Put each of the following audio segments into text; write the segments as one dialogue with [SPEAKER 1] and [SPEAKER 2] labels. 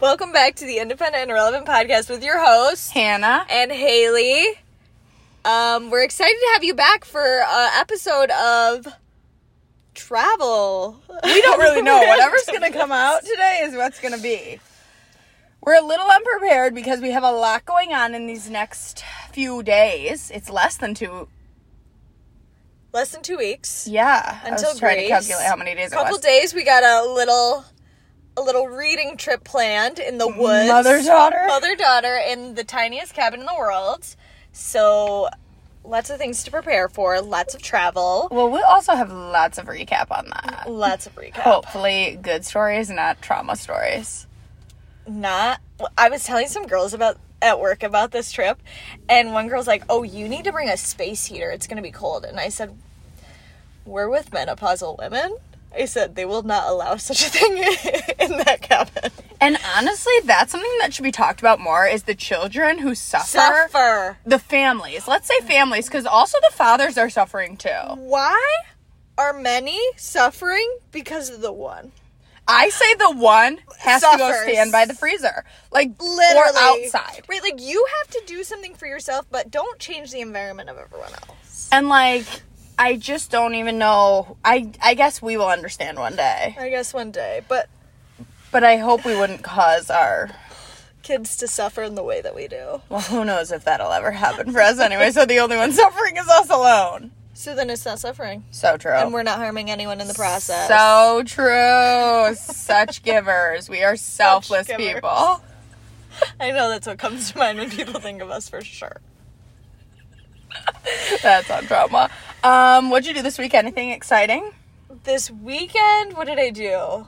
[SPEAKER 1] Welcome back to the Independent and Relevant podcast with your host
[SPEAKER 2] Hannah.
[SPEAKER 1] and Haley. Um, we're excited to have you back for an episode of travel.
[SPEAKER 2] We don't really know. Whatever's going to come out today is what's going to be. We're a little unprepared because we have a lot going on in these next few days. It's less than two.
[SPEAKER 1] Less than two weeks.
[SPEAKER 2] Yeah. I
[SPEAKER 1] Until
[SPEAKER 2] was trying
[SPEAKER 1] Grace.
[SPEAKER 2] to calculate how many days
[SPEAKER 1] A couple
[SPEAKER 2] it was.
[SPEAKER 1] days. We got a little, a little reading trip planned in the woods.
[SPEAKER 2] Mother daughter.
[SPEAKER 1] mother daughter in the tiniest cabin in the world. So, lots of things to prepare for. Lots of travel.
[SPEAKER 2] Well, we'll also have lots of recap on that.
[SPEAKER 1] Lots of recap.
[SPEAKER 2] Oh, Hopefully, good stories, not trauma stories.
[SPEAKER 1] not I was telling some girls about at work about this trip and one girl's like, "Oh, you need to bring a space heater. It's going to be cold." And I said, "We're with menopausal women." I said, "They will not allow such a thing in that cabin."
[SPEAKER 2] And honestly, that's something that should be talked about more is the children who
[SPEAKER 1] Suffer.
[SPEAKER 2] the families. Let's say families, because also the fathers are suffering too.
[SPEAKER 1] Why are many suffering because of the one?
[SPEAKER 2] I say the one has to go
[SPEAKER 1] Suffers.
[SPEAKER 2] stand by the freezer, like
[SPEAKER 1] Literally
[SPEAKER 2] or outside,
[SPEAKER 1] Right, like you have to do something for yourself, but don't change the environment of everyone else.
[SPEAKER 2] and like I just don't even know. I I guess we will understand one day,
[SPEAKER 1] I guess one day, but
[SPEAKER 2] but I hope we wouldn't cause our.
[SPEAKER 1] kids to suffer in the way that we do.
[SPEAKER 2] Well, who knows if that'll ever happen for us anyway? So the only one suffering is us alone.
[SPEAKER 1] So then it's not suffering.
[SPEAKER 2] So true.
[SPEAKER 1] and we're not harming anyone in the process.
[SPEAKER 2] Oh. so true. Such givers. We are selfless
[SPEAKER 1] givers.
[SPEAKER 2] people.
[SPEAKER 1] I know that's what comes to mind when people think of us for sure.
[SPEAKER 2] That's on trauma. Um, what'd you do this week? Anything exciting?
[SPEAKER 1] This weekend, what did I do?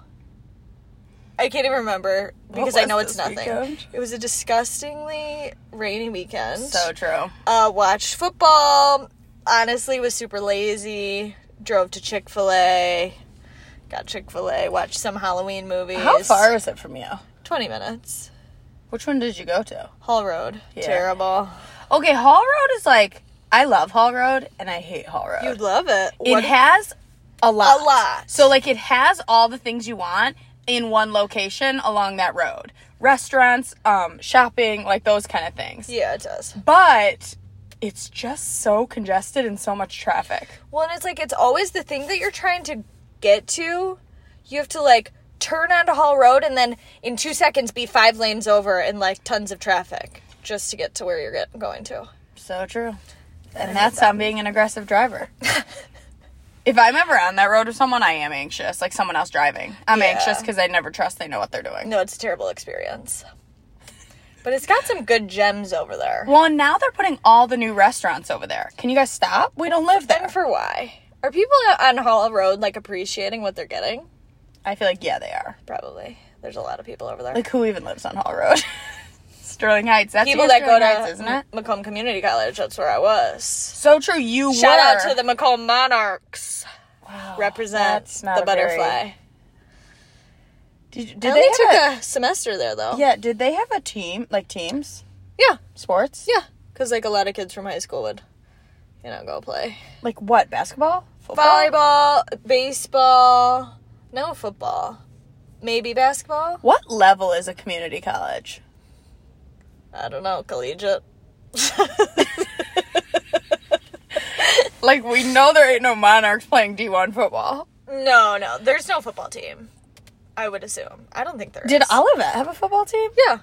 [SPEAKER 1] I can't even remember because I
[SPEAKER 2] was
[SPEAKER 1] know it's
[SPEAKER 2] this
[SPEAKER 1] nothing.
[SPEAKER 2] weekend?
[SPEAKER 1] It was a disgustingly rainy weekend.
[SPEAKER 2] So true.
[SPEAKER 1] uh, watched football. Honestly, was super lazy. Drove to Chick Fil A. Got Chick Fil A. Watched some Halloween movies.
[SPEAKER 2] How far is it from you?
[SPEAKER 1] Twenty minutes.
[SPEAKER 2] Which one did you go to?
[SPEAKER 1] Hall Road.
[SPEAKER 2] Yeah.
[SPEAKER 1] Terrible.
[SPEAKER 2] Okay, Hall Road is like I love Hall Road and I hate Hall Road.
[SPEAKER 1] You'd love it.
[SPEAKER 2] it has a lot.
[SPEAKER 1] A lot.
[SPEAKER 2] So like it has all the things you want in one location along that road. Restaurants, um, shopping, like those kind of things.
[SPEAKER 1] yeah, it does.
[SPEAKER 2] But it's just so congested and so much traffic.
[SPEAKER 1] Well, and it's like it's always the thing that you're trying to get to. You have to like turn onto Hall Road and then in two seconds be five lanes over and like tons of traffic just to get to where you're get- going to.
[SPEAKER 2] So true. And that's on being an aggressive driver. if I'm ever on that road with someone, I am anxious, like someone else driving. I'm anxious because I never trust they know what they're doing.
[SPEAKER 1] No, it's a terrible experience. But it's got some good gems over there.
[SPEAKER 2] Well, and now they're putting all the new restaurants over there. Can you guys stop? We don't live there.
[SPEAKER 1] And for why? Are people on Hall Road like appreciating what they're getting?
[SPEAKER 2] I feel like, yeah, they are.
[SPEAKER 1] Probably. There's a lot of people over there.
[SPEAKER 2] Like, who even lives on Hall Road? Sterling Heights. That's
[SPEAKER 1] people
[SPEAKER 2] near
[SPEAKER 1] that go
[SPEAKER 2] Sterling
[SPEAKER 1] to
[SPEAKER 2] Heights, isn't it?
[SPEAKER 1] Macomb Community College. That's where I was.
[SPEAKER 2] So true. You
[SPEAKER 1] Shout out
[SPEAKER 2] were.
[SPEAKER 1] to the Macomb Monarchs.
[SPEAKER 2] Wow,
[SPEAKER 1] Represents
[SPEAKER 2] that's not
[SPEAKER 1] the
[SPEAKER 2] a very-
[SPEAKER 1] butterfly.
[SPEAKER 2] Did, did
[SPEAKER 1] I
[SPEAKER 2] they
[SPEAKER 1] only
[SPEAKER 2] have
[SPEAKER 1] took
[SPEAKER 2] a,
[SPEAKER 1] a, semester there though.
[SPEAKER 2] Yeah, did they have a team? Like teams?
[SPEAKER 1] yeah,
[SPEAKER 2] Sports?
[SPEAKER 1] yeah. Because like a lot of kids from high school would, you know, go play
[SPEAKER 2] Like what? Basketball? Football?
[SPEAKER 1] volleyball, baseball. No football, maybe basketball.
[SPEAKER 2] What level is a community college?
[SPEAKER 1] I don't know, collegiate.
[SPEAKER 2] Like we know there ain't no monarchs playing D one football.
[SPEAKER 1] No, no. There's no football team. I would assume. I don't think there is.
[SPEAKER 2] Did Olivet have a football team?
[SPEAKER 1] Yeah.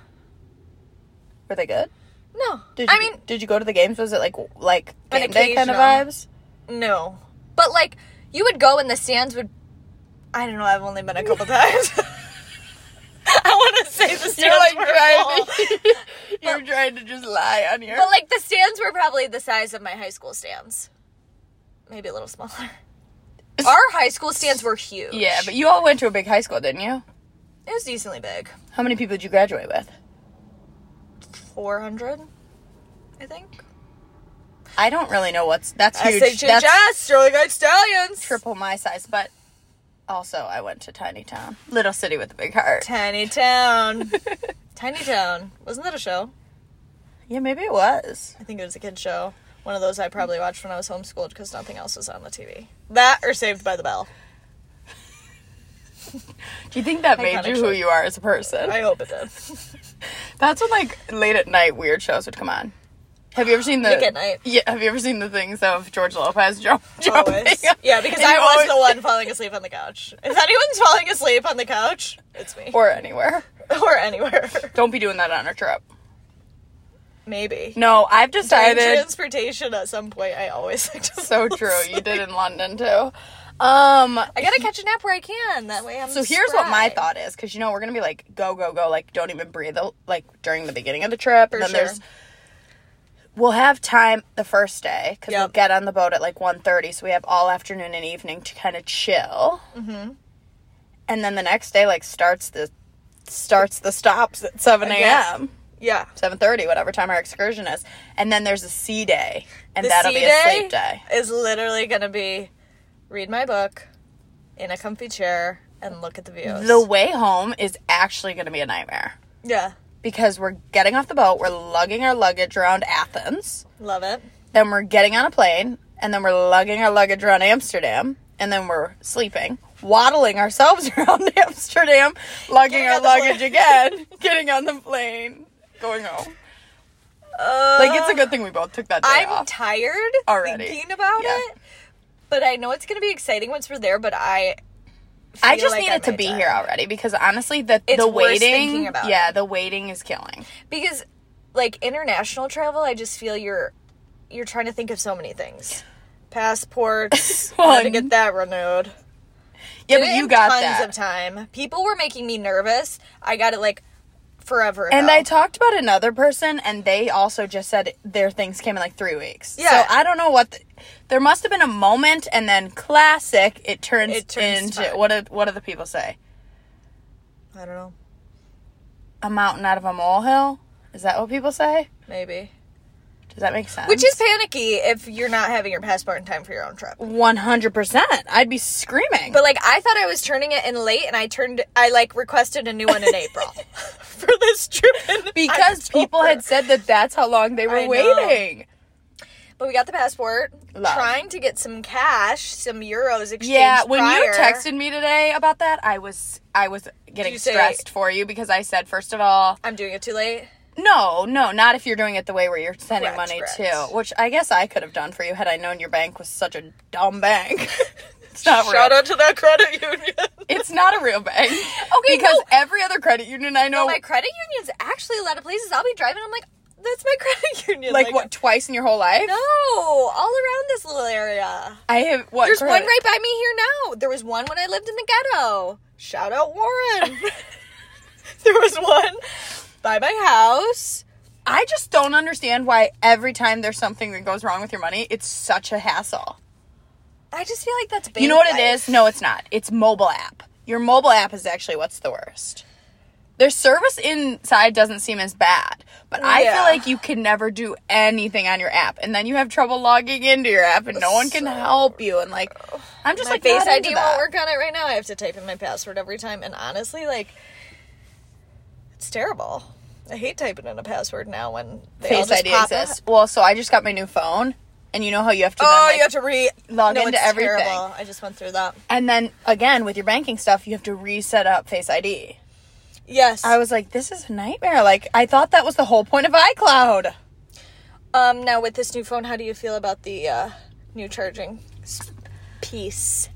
[SPEAKER 2] Were they good?
[SPEAKER 1] No.
[SPEAKER 2] Did you,
[SPEAKER 1] I mean,
[SPEAKER 2] did you go to the games? Was it like like
[SPEAKER 1] An
[SPEAKER 2] game day kind of
[SPEAKER 1] occasional.
[SPEAKER 2] vibes?
[SPEAKER 1] no. But like, you would go and the stands would. I don't know. I've only been a couple times. I want to say the stands were full.
[SPEAKER 2] trying. You're trying to just lie on your.
[SPEAKER 1] But like the stands were probably the size of my high school stands. Maybe a little smaller. Our high school stands were huge.
[SPEAKER 2] yeah, but you all went to a big high school, didn't you?
[SPEAKER 1] it was decently big.
[SPEAKER 2] How many people did you graduate with?
[SPEAKER 1] 400, I think.
[SPEAKER 2] I don't really know what's that's huge. that's
[SPEAKER 1] SHHS, Sterling Heights Stallions.
[SPEAKER 2] triple my size, but also I went to tiny town, little city with a big heart.
[SPEAKER 1] Tiny Town. Tiny Town. Wasn't that a show?
[SPEAKER 2] Yeah, maybe it was.
[SPEAKER 1] I think it was a kid show. One of those I probably watched when I was homeschooled because nothing else was on the TV. That or Saved by the Bell.
[SPEAKER 2] Do you think that made
[SPEAKER 1] Iconic
[SPEAKER 2] you who
[SPEAKER 1] show.
[SPEAKER 2] you are as a person?
[SPEAKER 1] I hope it did.
[SPEAKER 2] That's when like late at night weird shows would come on. Have you ever seen the
[SPEAKER 1] Nick at Night.
[SPEAKER 2] Yeah, have you ever seen the things of George Lopez jump,
[SPEAKER 1] Always.
[SPEAKER 2] jumping?
[SPEAKER 1] Yeah, because
[SPEAKER 2] And
[SPEAKER 1] I
[SPEAKER 2] you
[SPEAKER 1] was
[SPEAKER 2] always-
[SPEAKER 1] the one falling asleep on the couch. If anyone's falling asleep on the couch, it's me. Or,
[SPEAKER 2] or anywhere.
[SPEAKER 1] anywhere.
[SPEAKER 2] Don't be doing that on a trip.
[SPEAKER 1] Maybe.
[SPEAKER 2] No, I've
[SPEAKER 1] During
[SPEAKER 2] decided.
[SPEAKER 1] transportation at some point, I always like to
[SPEAKER 2] So true. You did in London too. Um.
[SPEAKER 1] I gotta catch a nap where I can. That way I'm
[SPEAKER 2] So here's what my
[SPEAKER 1] spry.
[SPEAKER 2] thought is, because you know we're gonna be like go go go, like don't even breathe, uh, like during the beginning of the trip.
[SPEAKER 1] For
[SPEAKER 2] and then
[SPEAKER 1] sure.
[SPEAKER 2] there's we'll have time the first day because we'll
[SPEAKER 1] Yep.
[SPEAKER 2] get on the boat at like 1.30 so we have all afternoon and evening to kind of chill mm-hmm. and then the next day like starts the starts the stops at 7
[SPEAKER 1] guess.
[SPEAKER 2] a.m
[SPEAKER 1] Yeah.
[SPEAKER 2] 7.30 whatever time our excursion is and then there's a sea day and
[SPEAKER 1] The
[SPEAKER 2] that'll
[SPEAKER 1] sea
[SPEAKER 2] be a sleep day
[SPEAKER 1] Is literally gonna be read my book in a comfy chair and look at the views.
[SPEAKER 2] the way home is actually going to be a nightmare
[SPEAKER 1] yeah.
[SPEAKER 2] because we're getting off the boat we're lugging our luggage around athens
[SPEAKER 1] Love it.
[SPEAKER 2] then we're getting on a plane, and then we're lugging our luggage around Amsterdam, and then we're sleeping, waddling ourselves around Amsterdam, lugging
[SPEAKER 1] Getting
[SPEAKER 2] our
[SPEAKER 1] on the
[SPEAKER 2] luggage
[SPEAKER 1] plane.
[SPEAKER 2] again, getting on the plane, going home.
[SPEAKER 1] Uh,
[SPEAKER 2] Like it's a good thing we both took that day
[SPEAKER 1] I'm
[SPEAKER 2] off.
[SPEAKER 1] tired
[SPEAKER 2] Already.
[SPEAKER 1] thinking about
[SPEAKER 2] Yeah.
[SPEAKER 1] it. But I know it's gonna be exciting once we're there, but I
[SPEAKER 2] I
[SPEAKER 1] feel
[SPEAKER 2] just
[SPEAKER 1] like
[SPEAKER 2] need
[SPEAKER 1] I
[SPEAKER 2] it to
[SPEAKER 1] made
[SPEAKER 2] be
[SPEAKER 1] time.
[SPEAKER 2] here already because honestly, the
[SPEAKER 1] It's
[SPEAKER 2] the
[SPEAKER 1] worse
[SPEAKER 2] waiting,
[SPEAKER 1] thinking about
[SPEAKER 2] yeah, the waiting is killing.
[SPEAKER 1] because like international travel, I just feel you're you're trying to think of so many things. Passports, how to
[SPEAKER 2] One.
[SPEAKER 1] get that renewed.
[SPEAKER 2] Yeah,
[SPEAKER 1] Did
[SPEAKER 2] but
[SPEAKER 1] it
[SPEAKER 2] you
[SPEAKER 1] in
[SPEAKER 2] got
[SPEAKER 1] tons
[SPEAKER 2] that.
[SPEAKER 1] of time. People were making me nervous. I got it like forever
[SPEAKER 2] And
[SPEAKER 1] ago.
[SPEAKER 2] I talked about another person, and they also just said their things came in like three weeks.
[SPEAKER 1] Yeah.
[SPEAKER 2] So I don't know what. The, there must have been a moment, and then classic, it turns,
[SPEAKER 1] It turns
[SPEAKER 2] into
[SPEAKER 1] fine.
[SPEAKER 2] what? Do, what do the people say?
[SPEAKER 1] I don't know.
[SPEAKER 2] A mountain out of a molehill. Is that what people say?
[SPEAKER 1] Maybe.
[SPEAKER 2] Does that make sense?
[SPEAKER 1] Which is panicky if you're not having your passport in time for your own trip.
[SPEAKER 2] one hundred percent. I'd be screaming.
[SPEAKER 1] But like I thought I was turning it in late and I turned I like requested a new one in April for this trip in
[SPEAKER 2] because people
[SPEAKER 1] October.
[SPEAKER 2] had said that that's how long they were
[SPEAKER 1] I know.
[SPEAKER 2] waiting.
[SPEAKER 1] But we got the passport.
[SPEAKER 2] Love.
[SPEAKER 1] Trying to get some cash, some euros exchanged.
[SPEAKER 2] Yeah, when you
[SPEAKER 1] prior.
[SPEAKER 2] texted me today about that, I was I was getting
[SPEAKER 1] you say-
[SPEAKER 2] stressed for you because I said first of all,
[SPEAKER 1] I'm doing it too late.
[SPEAKER 2] No, no, not if you're doing it the way where you're sending
[SPEAKER 1] Correct,
[SPEAKER 2] money
[SPEAKER 1] correct.
[SPEAKER 2] to, which I guess I could have done for you had I known your bank was such a dumb bank. it's not
[SPEAKER 1] Shout
[SPEAKER 2] real.
[SPEAKER 1] out to that credit union.
[SPEAKER 2] It's not a real bank. okay, because every other credit union I know,
[SPEAKER 1] my credit union's actually a lot of places I'll be driving. I'm like, that's my credit union.
[SPEAKER 2] like, what twice in your whole life?
[SPEAKER 1] No, all around this little area.
[SPEAKER 2] I have what?
[SPEAKER 1] There's one
[SPEAKER 2] credit-
[SPEAKER 1] right by me here now. There was one when I lived in the ghetto. Shout out Warren. there was one by my house.
[SPEAKER 2] I just don't understand why every time there's something that goes wrong with your money, it's such a hassle.
[SPEAKER 1] I just feel like that's.
[SPEAKER 2] You know what it is? No, it's not. It's mobile app. Your mobile app is actually what's the worst. Their service inside doesn't seem as bad, but I
[SPEAKER 1] Yeah.
[SPEAKER 2] feel like you can never do anything on your app, and then you have trouble logging into your app, and no one can
[SPEAKER 1] So-
[SPEAKER 2] help you. And like, I'm just
[SPEAKER 1] my
[SPEAKER 2] like
[SPEAKER 1] face
[SPEAKER 2] not into
[SPEAKER 1] ID
[SPEAKER 2] that.
[SPEAKER 1] won't work on it right now. I have to type in my password every time, and honestly, like, it's terrible. I hate typing in a password now when they all
[SPEAKER 2] Face
[SPEAKER 1] just
[SPEAKER 2] ID
[SPEAKER 1] pop up.
[SPEAKER 2] exists. Well, so I just got my new phone, and you know how you have to. then,
[SPEAKER 1] Oh,
[SPEAKER 2] like-
[SPEAKER 1] you have to re
[SPEAKER 2] log
[SPEAKER 1] no,
[SPEAKER 2] into
[SPEAKER 1] it's
[SPEAKER 2] everything.
[SPEAKER 1] Terrible. I just went through that.
[SPEAKER 2] and then again with your banking stuff, you have to reset up Face ID.
[SPEAKER 1] Yes.
[SPEAKER 2] I was like, this is a nightmare. Like, I thought that was the whole point of iCloud.
[SPEAKER 1] um. Now with this new phone, how do you feel about the uh, new charging s- piece?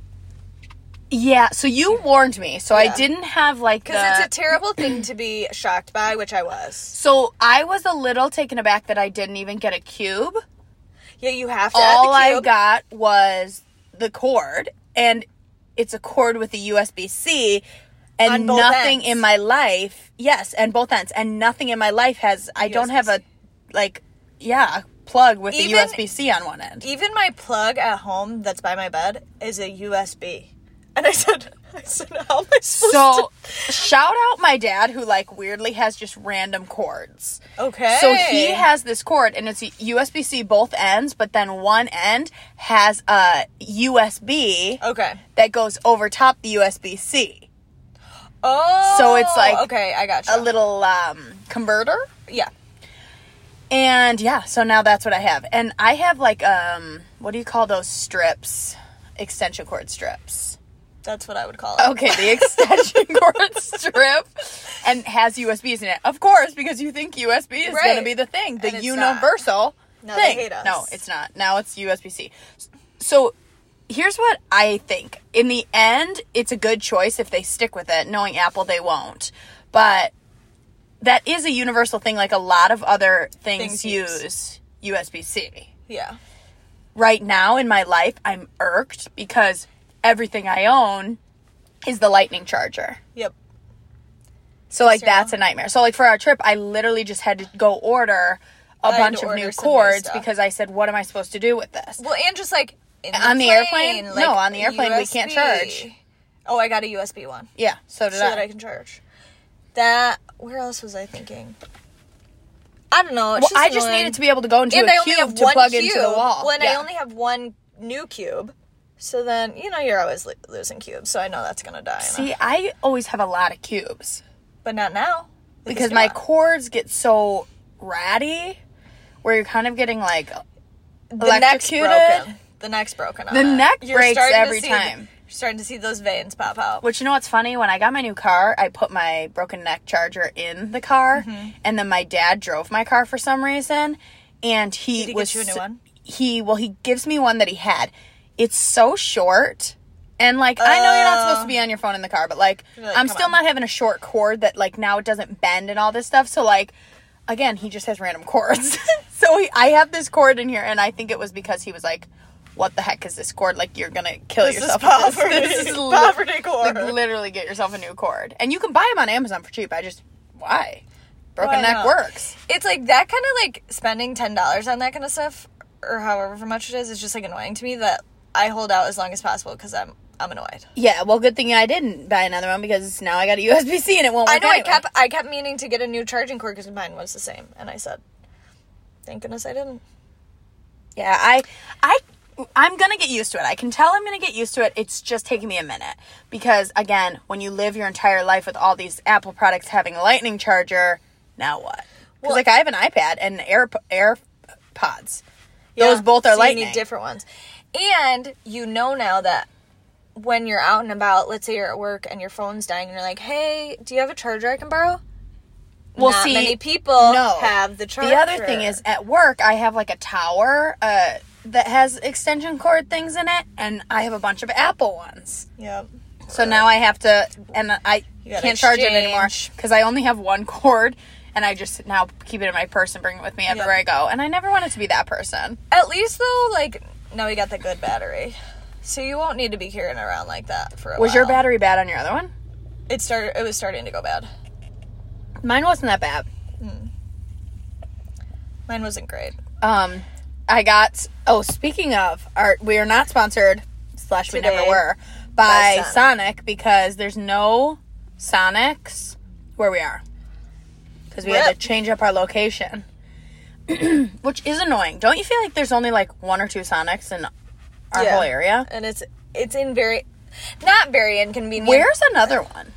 [SPEAKER 2] Yeah, so you warned me, so I
[SPEAKER 1] Yeah.
[SPEAKER 2] didn't have like
[SPEAKER 1] Because
[SPEAKER 2] the-
[SPEAKER 1] it's a terrible thing to be shocked by, which I was.
[SPEAKER 2] so I was a little taken aback that I didn't even get a cube.
[SPEAKER 1] Yeah, you have to.
[SPEAKER 2] All
[SPEAKER 1] add the
[SPEAKER 2] I
[SPEAKER 1] cube.
[SPEAKER 2] got was the cord, and it's a cord with a USB C, and
[SPEAKER 1] On both
[SPEAKER 2] nothing
[SPEAKER 1] ends.
[SPEAKER 2] in my life. Yes, and both ends, and nothing in my life has. I don't have a
[SPEAKER 1] USB-C.
[SPEAKER 2] like, yeah, plug with a
[SPEAKER 1] Even-
[SPEAKER 2] USB C on one end.
[SPEAKER 1] Even my plug at home that's by my bed is a USB. And I said, I said, how am I supposed
[SPEAKER 2] So, shout out my dad who like weirdly has just random cords.
[SPEAKER 1] to? Okay.
[SPEAKER 2] So he has this cord, and it's USB C both ends, but then one end has a USB
[SPEAKER 1] Okay.
[SPEAKER 2] that goes over top the USB C.
[SPEAKER 1] Oh.
[SPEAKER 2] So it's like
[SPEAKER 1] okay, I got you.
[SPEAKER 2] A little um, converter,
[SPEAKER 1] yeah.
[SPEAKER 2] and yeah, so now that's what I have, and I have like um, what do you call those strips? Extension cord strips.
[SPEAKER 1] That's what I would call it.
[SPEAKER 2] Okay, the extension cord strip and has USBs in it. Of course, because you think USB is going to
[SPEAKER 1] Right.
[SPEAKER 2] be the thing, the
[SPEAKER 1] And it's not.
[SPEAKER 2] universal
[SPEAKER 1] No, they
[SPEAKER 2] thing.
[SPEAKER 1] hate us.
[SPEAKER 2] No, it's not. Now it's USB C. So here's what I think. In the end, it's a good choice if they stick with it. Knowing Apple, they won't. But that is a universal thing, like a lot of other things
[SPEAKER 1] Things use.
[SPEAKER 2] use USB C
[SPEAKER 1] Yeah.
[SPEAKER 2] right now in my life, I'm irked because everything I own is the lightning charger.
[SPEAKER 1] Yep.
[SPEAKER 2] So like
[SPEAKER 1] Sure.
[SPEAKER 2] that's a nightmare. So like for our trip, I literally just had to go order a
[SPEAKER 1] had
[SPEAKER 2] bunch
[SPEAKER 1] to
[SPEAKER 2] of
[SPEAKER 1] order
[SPEAKER 2] new
[SPEAKER 1] some new
[SPEAKER 2] cords
[SPEAKER 1] stuff.
[SPEAKER 2] because I said, what am I supposed to do with this?
[SPEAKER 1] Well, and just like in
[SPEAKER 2] On the airplane?
[SPEAKER 1] plane,
[SPEAKER 2] No, on the airplane, we can't charge.
[SPEAKER 1] Oh, I got a USB one
[SPEAKER 2] Yeah, so did
[SPEAKER 1] so
[SPEAKER 2] I.
[SPEAKER 1] that I can charge. That. Where else was I thinking? I don't know. It's just
[SPEAKER 2] well, I just
[SPEAKER 1] annoying.
[SPEAKER 2] needed to be able to go into
[SPEAKER 1] and
[SPEAKER 2] a
[SPEAKER 1] I only
[SPEAKER 2] cube
[SPEAKER 1] have
[SPEAKER 2] to
[SPEAKER 1] one
[SPEAKER 2] plug
[SPEAKER 1] cube.
[SPEAKER 2] into the wall.
[SPEAKER 1] When I
[SPEAKER 2] Yeah.
[SPEAKER 1] only have one new cube, so then you know you're always lo- losing cubes. So I know that's gonna die. and
[SPEAKER 2] See, I always have a lot of cubes
[SPEAKER 1] But not now.
[SPEAKER 2] because my
[SPEAKER 1] not.
[SPEAKER 2] cords get so ratty where you're kind of getting like
[SPEAKER 1] the neck's
[SPEAKER 2] electrocuted.
[SPEAKER 1] broken. The neck's broken. On
[SPEAKER 2] The
[SPEAKER 1] it.
[SPEAKER 2] neck breaks
[SPEAKER 1] starting to
[SPEAKER 2] every
[SPEAKER 1] see-
[SPEAKER 2] time.
[SPEAKER 1] You're starting to see those veins pop out.
[SPEAKER 2] Which you know what's funny? When I got my new car, I put my broken neck charger in the car,
[SPEAKER 1] Mm-hmm.
[SPEAKER 2] and then my dad drove my car for some reason, and he
[SPEAKER 1] Did he get
[SPEAKER 2] was
[SPEAKER 1] you a new one?
[SPEAKER 2] he well he gives me one that he had. It's so short. And like I know you're not supposed to be on your phone in the car, but like,
[SPEAKER 1] Uh. You're like,
[SPEAKER 2] I'm
[SPEAKER 1] come
[SPEAKER 2] still
[SPEAKER 1] on.
[SPEAKER 2] not having a short cord that like now it doesn't bend and all this stuff. So like again, he just has random cords. so he, I have this cord in here and I think it was because he was like, "What the heck is this cord? Like you're going to kill
[SPEAKER 1] This is
[SPEAKER 2] yourself with
[SPEAKER 1] poverty-
[SPEAKER 2] This, this is li-
[SPEAKER 1] poverty cord."
[SPEAKER 2] Like literally get yourself a new cord. And you can buy them on Amazon for cheap. I just why? Broken
[SPEAKER 1] Why
[SPEAKER 2] neck
[SPEAKER 1] not?
[SPEAKER 2] works.
[SPEAKER 1] It's like that kind of like spending ten dollars on that kind of stuff, or however much it is. It's just like annoying to me that I hold out as long as possible because I'm I'm annoyed.
[SPEAKER 2] Yeah, well good thing I didn't buy another one because now I got a USB-C and it won't work
[SPEAKER 1] I know
[SPEAKER 2] anyway.
[SPEAKER 1] I kept I kept meaning to get a new charging cord because mine was the same, and I said, "Thank goodness I didn't."
[SPEAKER 2] Yeah, I I I'm going to get used to it. I can tell I'm going to get used to it. It's just taking me a minute because again, when you live your entire life with all these Apple products having a lightning charger, now what? Cuz
[SPEAKER 1] Well-
[SPEAKER 2] like I have an iPad and Air AirPods.
[SPEAKER 1] Yeah.
[SPEAKER 2] Those both are
[SPEAKER 1] So
[SPEAKER 2] lightning.
[SPEAKER 1] You need different ones, and you know now that when you're out and about, let's say you're at work and your phone's dying, and you're like, "Hey, do you have a charger I can borrow?"
[SPEAKER 2] Well,
[SPEAKER 1] Not
[SPEAKER 2] see,
[SPEAKER 1] many people
[SPEAKER 2] no.
[SPEAKER 1] have the charger.
[SPEAKER 2] The other thing is at work, I have like a tower uh, that has extension cord things in it, and I have a bunch of Apple ones.
[SPEAKER 1] yep.
[SPEAKER 2] So now I have to, and I
[SPEAKER 1] You
[SPEAKER 2] can't
[SPEAKER 1] gotta
[SPEAKER 2] charge it anymore
[SPEAKER 1] exchange.
[SPEAKER 2] because I only have one cord, and I just now keep it in my purse and bring it with me everywhere
[SPEAKER 1] Yep.
[SPEAKER 2] I go. And I never wanted to be that person.
[SPEAKER 1] At least though, like now we got the good battery, so you won't need to be carrying around like that for a
[SPEAKER 2] Was your
[SPEAKER 1] while.
[SPEAKER 2] battery bad on your other one?
[SPEAKER 1] It started. It was starting to go bad.
[SPEAKER 2] Mine wasn't that bad.
[SPEAKER 1] Mine wasn't great.
[SPEAKER 2] Um, I got. Oh, speaking of, our, we are not sponsored. Slash, we never
[SPEAKER 1] Today,
[SPEAKER 2] were by,
[SPEAKER 1] by
[SPEAKER 2] Sonic.
[SPEAKER 1] Sonic.
[SPEAKER 2] because there's no Sonics where we are because we had to
[SPEAKER 1] Rip.
[SPEAKER 2] change up our location, which is annoying. Don't you feel like there's only like one or two Sonics in our
[SPEAKER 1] Yeah.
[SPEAKER 2] whole area?
[SPEAKER 1] and it's it's in very not very inconvenient
[SPEAKER 2] Where's another one?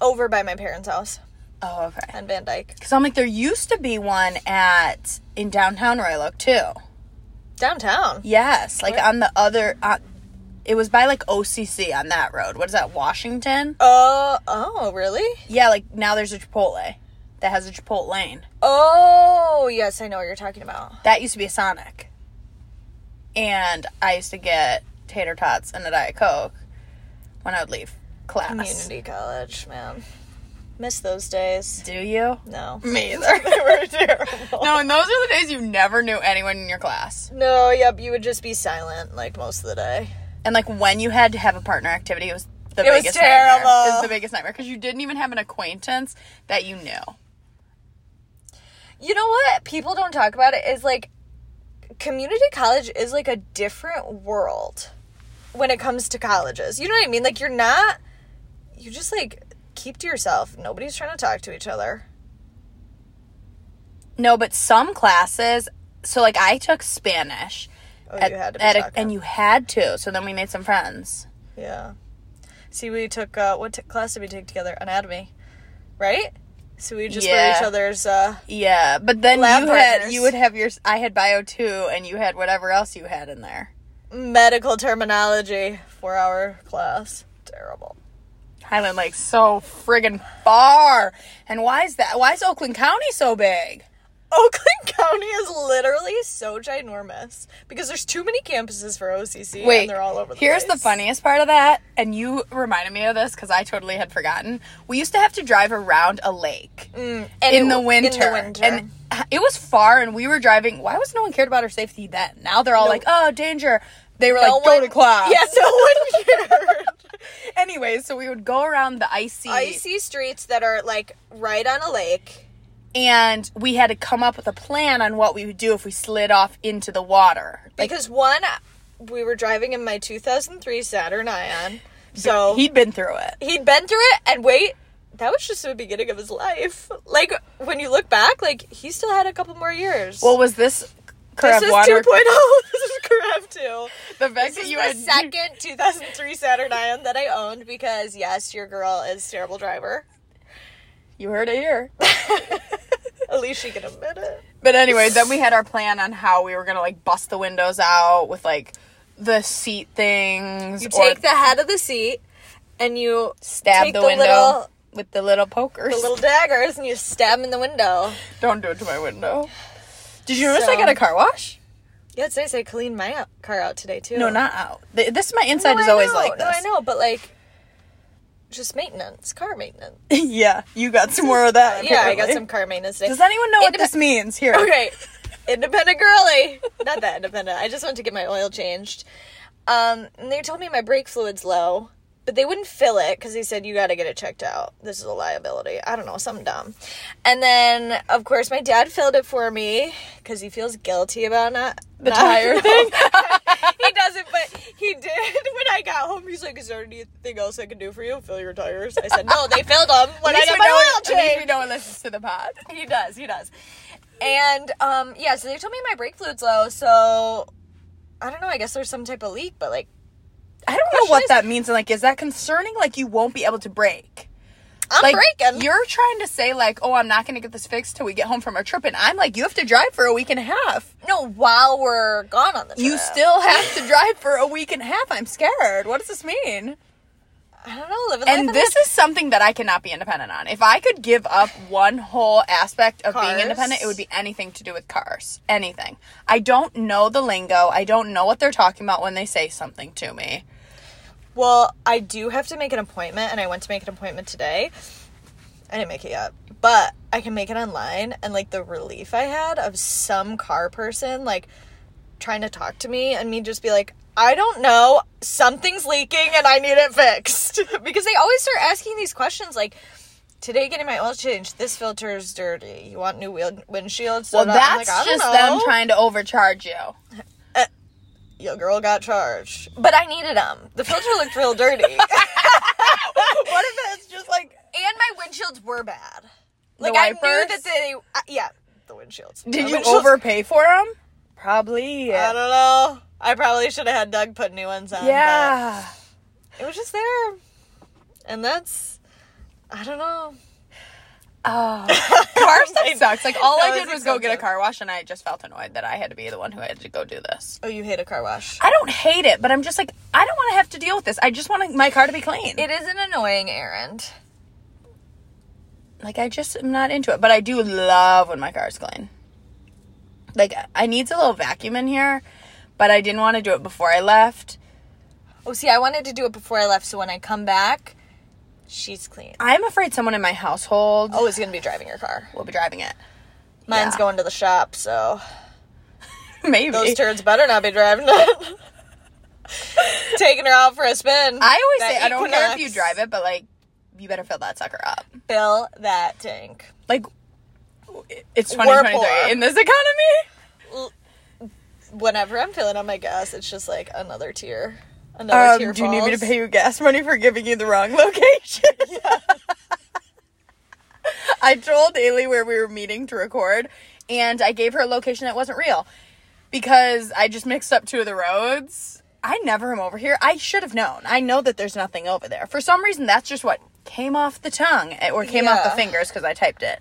[SPEAKER 1] over by my parents house
[SPEAKER 2] Oh, okay.
[SPEAKER 1] on van dyke
[SPEAKER 2] Because I'm like, there used to be one at in downtown Royaloke too.
[SPEAKER 1] downtown
[SPEAKER 2] Yes, like
[SPEAKER 1] Where?
[SPEAKER 2] on the other. On, it was by like OCC on that road. What is that, Washington?
[SPEAKER 1] oh oh really
[SPEAKER 2] Yeah, like now there's a Chipotle that has a Chipotle lane.
[SPEAKER 1] oh yes i know what you're talking about
[SPEAKER 2] That used to be a Sonic. And I used to get tater tots and a Diet Coke when I would leave class.
[SPEAKER 1] community college man miss those days
[SPEAKER 2] Do you?
[SPEAKER 1] no they
[SPEAKER 2] Me
[SPEAKER 1] were terrible
[SPEAKER 2] No, and those are the days you never knew anyone in your class.
[SPEAKER 1] no yep you would just be silent like most of the day
[SPEAKER 2] And like when you had to have a partner activity, it was the
[SPEAKER 1] It was
[SPEAKER 2] biggest nightmare. It was
[SPEAKER 1] terrible.
[SPEAKER 2] the biggest nightmare because you didn't even have an acquaintance that you knew.
[SPEAKER 1] you know what people don't talk about it is like community college is like a different world when it comes to colleges you know what i mean like you're not you just like keep to yourself nobody's trying to talk to each other
[SPEAKER 2] No, but some classes. So like I took Spanish.
[SPEAKER 1] oh you had to be
[SPEAKER 2] at a-
[SPEAKER 1] talking.
[SPEAKER 2] and you had to. So then we made some friends.
[SPEAKER 1] yeah see we took uh what t- class did we take together anatomy right so we just
[SPEAKER 2] Yeah.
[SPEAKER 1] were each other's uh
[SPEAKER 2] Yeah, but then
[SPEAKER 1] Lab
[SPEAKER 2] you had
[SPEAKER 1] partners.
[SPEAKER 2] you would have your I had bio two and you had whatever else you had in there.
[SPEAKER 1] medical terminology for our class. Terrible.
[SPEAKER 2] Highland Lake's so friggin' far. And why is that? Why is Oakland County so big?
[SPEAKER 1] Oakland County is literally so ginormous because there's too many campuses for OCC
[SPEAKER 2] Wait,
[SPEAKER 1] and they're all over the
[SPEAKER 2] here's
[SPEAKER 1] place.
[SPEAKER 2] the funniest part of that, and you reminded me of this because I totally had forgotten. We used to have to drive around a lake
[SPEAKER 1] Mm, And
[SPEAKER 2] in
[SPEAKER 1] it-
[SPEAKER 2] the winter,
[SPEAKER 1] In the winter.
[SPEAKER 2] and it was far, and we were driving. Why was no one cared about our safety then? Now they're all like, "Oh, danger." They were
[SPEAKER 1] No
[SPEAKER 2] like, "Go
[SPEAKER 1] one-
[SPEAKER 2] to class."
[SPEAKER 1] Yeah, no one cared.
[SPEAKER 2] Anyway, so we would go around the icy,
[SPEAKER 1] Icy streets that are like right on a lake.
[SPEAKER 2] and we had to come up with a plan on what we would do if we slid off into the water. Like
[SPEAKER 1] Because one, we were driving in my 2003 Saturn Ion. So
[SPEAKER 2] he'd been through it.
[SPEAKER 1] he'd been through it and wait that was just the beginning of his life like when you look back like he still had a couple more years
[SPEAKER 2] Well, was this
[SPEAKER 1] this
[SPEAKER 2] crab
[SPEAKER 1] is
[SPEAKER 2] water?
[SPEAKER 1] 2.0 this is crab 2
[SPEAKER 2] the fact
[SPEAKER 1] this is
[SPEAKER 2] that you
[SPEAKER 1] the
[SPEAKER 2] had
[SPEAKER 1] second 2003 saturn ion that i owned because yes your girl is terrible driver
[SPEAKER 2] you heard it here.
[SPEAKER 1] at least she can admit it
[SPEAKER 2] But anyway, then we had our plan on how we were gonna like bust the windows out with like the seat things.
[SPEAKER 1] you
[SPEAKER 2] or
[SPEAKER 1] take the head of the seat and you
[SPEAKER 2] stab
[SPEAKER 1] take
[SPEAKER 2] the,
[SPEAKER 1] the
[SPEAKER 2] window
[SPEAKER 1] little-
[SPEAKER 2] with the little pokers.
[SPEAKER 1] the little daggers and you stab 'em in the window
[SPEAKER 2] Don't do it to my window. Did you notice I
[SPEAKER 1] So-
[SPEAKER 2] got a car wash?
[SPEAKER 1] yeah it's nice i cleaned my out- car out today too
[SPEAKER 2] No, not out. Th- This my inside
[SPEAKER 1] No,
[SPEAKER 2] is
[SPEAKER 1] I
[SPEAKER 2] always
[SPEAKER 1] know.
[SPEAKER 2] like
[SPEAKER 1] No, I
[SPEAKER 2] this.
[SPEAKER 1] know, but like, just maintenance, car maintenance.
[SPEAKER 2] yeah, you got some more of that.
[SPEAKER 1] Yeah, I got
[SPEAKER 2] apparently.
[SPEAKER 1] some car maintenance today.
[SPEAKER 2] Does anyone know what
[SPEAKER 1] Indep-
[SPEAKER 2] this means? Here,
[SPEAKER 1] okay, independent girly. Not that independent. I just went to get my oil changed. Um, and they told me my brake fluid's low, but they wouldn't fill it because they said you got to get it checked out. This is a liability. I don't know, something dumb. And then, of course, my dad filled it for me because he feels guilty about not
[SPEAKER 2] the tire thing.
[SPEAKER 1] he doesn't, but he did when I got home. He's like, "Is there anything else I can do for you? Fill your tires?" I said, "No, they filled them when
[SPEAKER 2] At
[SPEAKER 1] I
[SPEAKER 2] least
[SPEAKER 1] got
[SPEAKER 2] we know-
[SPEAKER 1] my
[SPEAKER 2] at
[SPEAKER 1] oil
[SPEAKER 2] least we
[SPEAKER 1] change."
[SPEAKER 2] know it listens to the pod.
[SPEAKER 1] He does. He does. And um, yeah, so they told me my brake fluid's low, so I don't know. I guess there's some type of leak, but like,
[SPEAKER 2] I don't know what
[SPEAKER 1] is-
[SPEAKER 2] that means. And like, is that concerning? Like, you won't be able to break.
[SPEAKER 1] I'm
[SPEAKER 2] like
[SPEAKER 1] breaking.
[SPEAKER 2] you're trying to say like oh i'm not going to get this fixed till we get home from our trip and i'm like you have to drive for a week and a half
[SPEAKER 1] No, while we're gone on the trip,
[SPEAKER 2] you still have to drive for a week and a half i'm scared what does this mean
[SPEAKER 1] I don't know. Living
[SPEAKER 2] and this is something that i cannot be independent on if i could give up one whole aspect of being
[SPEAKER 1] Cars.
[SPEAKER 2] independent it would be anything to do with cars anything i don't know the lingo i don't know what they're talking about when they say something to me
[SPEAKER 1] Well, I do have to make an appointment, and I went to make an appointment today. I didn't make it yet, but I can make it online. And like the relief I had of some car person like trying to talk to me and me just be like, I don't know, something's leaking and I need it fixed. because they always start asking these questions like, Today, getting my oil changed. This filter's dirty. You want new wheel- windshields?
[SPEAKER 2] well
[SPEAKER 1] Da-da. I'm
[SPEAKER 2] that's
[SPEAKER 1] like, I don't
[SPEAKER 2] just
[SPEAKER 1] know.
[SPEAKER 2] them trying to overcharge you
[SPEAKER 1] Your girl got charged, but I needed them. The filter looked real dirty.
[SPEAKER 2] what if it's just like
[SPEAKER 1] and my windshields were bad.
[SPEAKER 2] The
[SPEAKER 1] Like I knew
[SPEAKER 2] wipers?
[SPEAKER 1] that they, uh, yeah, the windshields.
[SPEAKER 2] Did
[SPEAKER 1] The
[SPEAKER 2] you
[SPEAKER 1] windshields-
[SPEAKER 2] overpay for them? Probably.
[SPEAKER 1] I don't know. I probably should have had Doug put new ones on.
[SPEAKER 2] yeah.
[SPEAKER 1] but it was just there, and that's, I don't know.
[SPEAKER 2] Oh, car stuff sucks. Like all I
[SPEAKER 1] That
[SPEAKER 2] did
[SPEAKER 1] was
[SPEAKER 2] was go get a
[SPEAKER 1] expensive.
[SPEAKER 2] car wash, and I just felt annoyed that I had to be the one who had to go do this.
[SPEAKER 1] Oh, you hate a car wash.
[SPEAKER 2] I don't hate it, but I'm just like I don't want to have to deal with this. I just want my car to be clean.
[SPEAKER 1] It is an annoying errand.
[SPEAKER 2] like I just am not into it, but I do love when my car's clean. Like I needs a little vacuum in here, but I didn't want to do it before I left.
[SPEAKER 1] Oh, see, I wanted to do it before I left, so when I come back, she's clean.
[SPEAKER 2] I'm afraid someone in my household
[SPEAKER 1] Oh, is gonna be driving your car.
[SPEAKER 2] will be driving it.
[SPEAKER 1] Mine's
[SPEAKER 2] Yeah.
[SPEAKER 1] going to the shop, so
[SPEAKER 2] Maybe
[SPEAKER 1] those turds better not be driving it. Taking her out for a spin.
[SPEAKER 2] I always
[SPEAKER 1] That
[SPEAKER 2] say I don't care if you
[SPEAKER 1] Equinox.
[SPEAKER 2] drive it, but like you better fill that sucker up.
[SPEAKER 1] fill that tank.
[SPEAKER 2] Like it's
[SPEAKER 1] We're
[SPEAKER 2] 2023
[SPEAKER 1] poor.
[SPEAKER 2] in this economy.
[SPEAKER 1] Whenever I'm filling up my gas, it's just like another tier. Another
[SPEAKER 2] Um,
[SPEAKER 1] tier.
[SPEAKER 2] do you need me to
[SPEAKER 1] falls.
[SPEAKER 2] pay you gas money for giving you the wrong location? I told Ailey where we were meeting to record, and I gave her a location that wasn't real because I just mixed up two of the roads. I never am over here. I should have known. I know that there's nothing over there. For some reason, that's just what came off the tongue eh, or came off the
[SPEAKER 1] Yeah.
[SPEAKER 2] fingers because I typed it.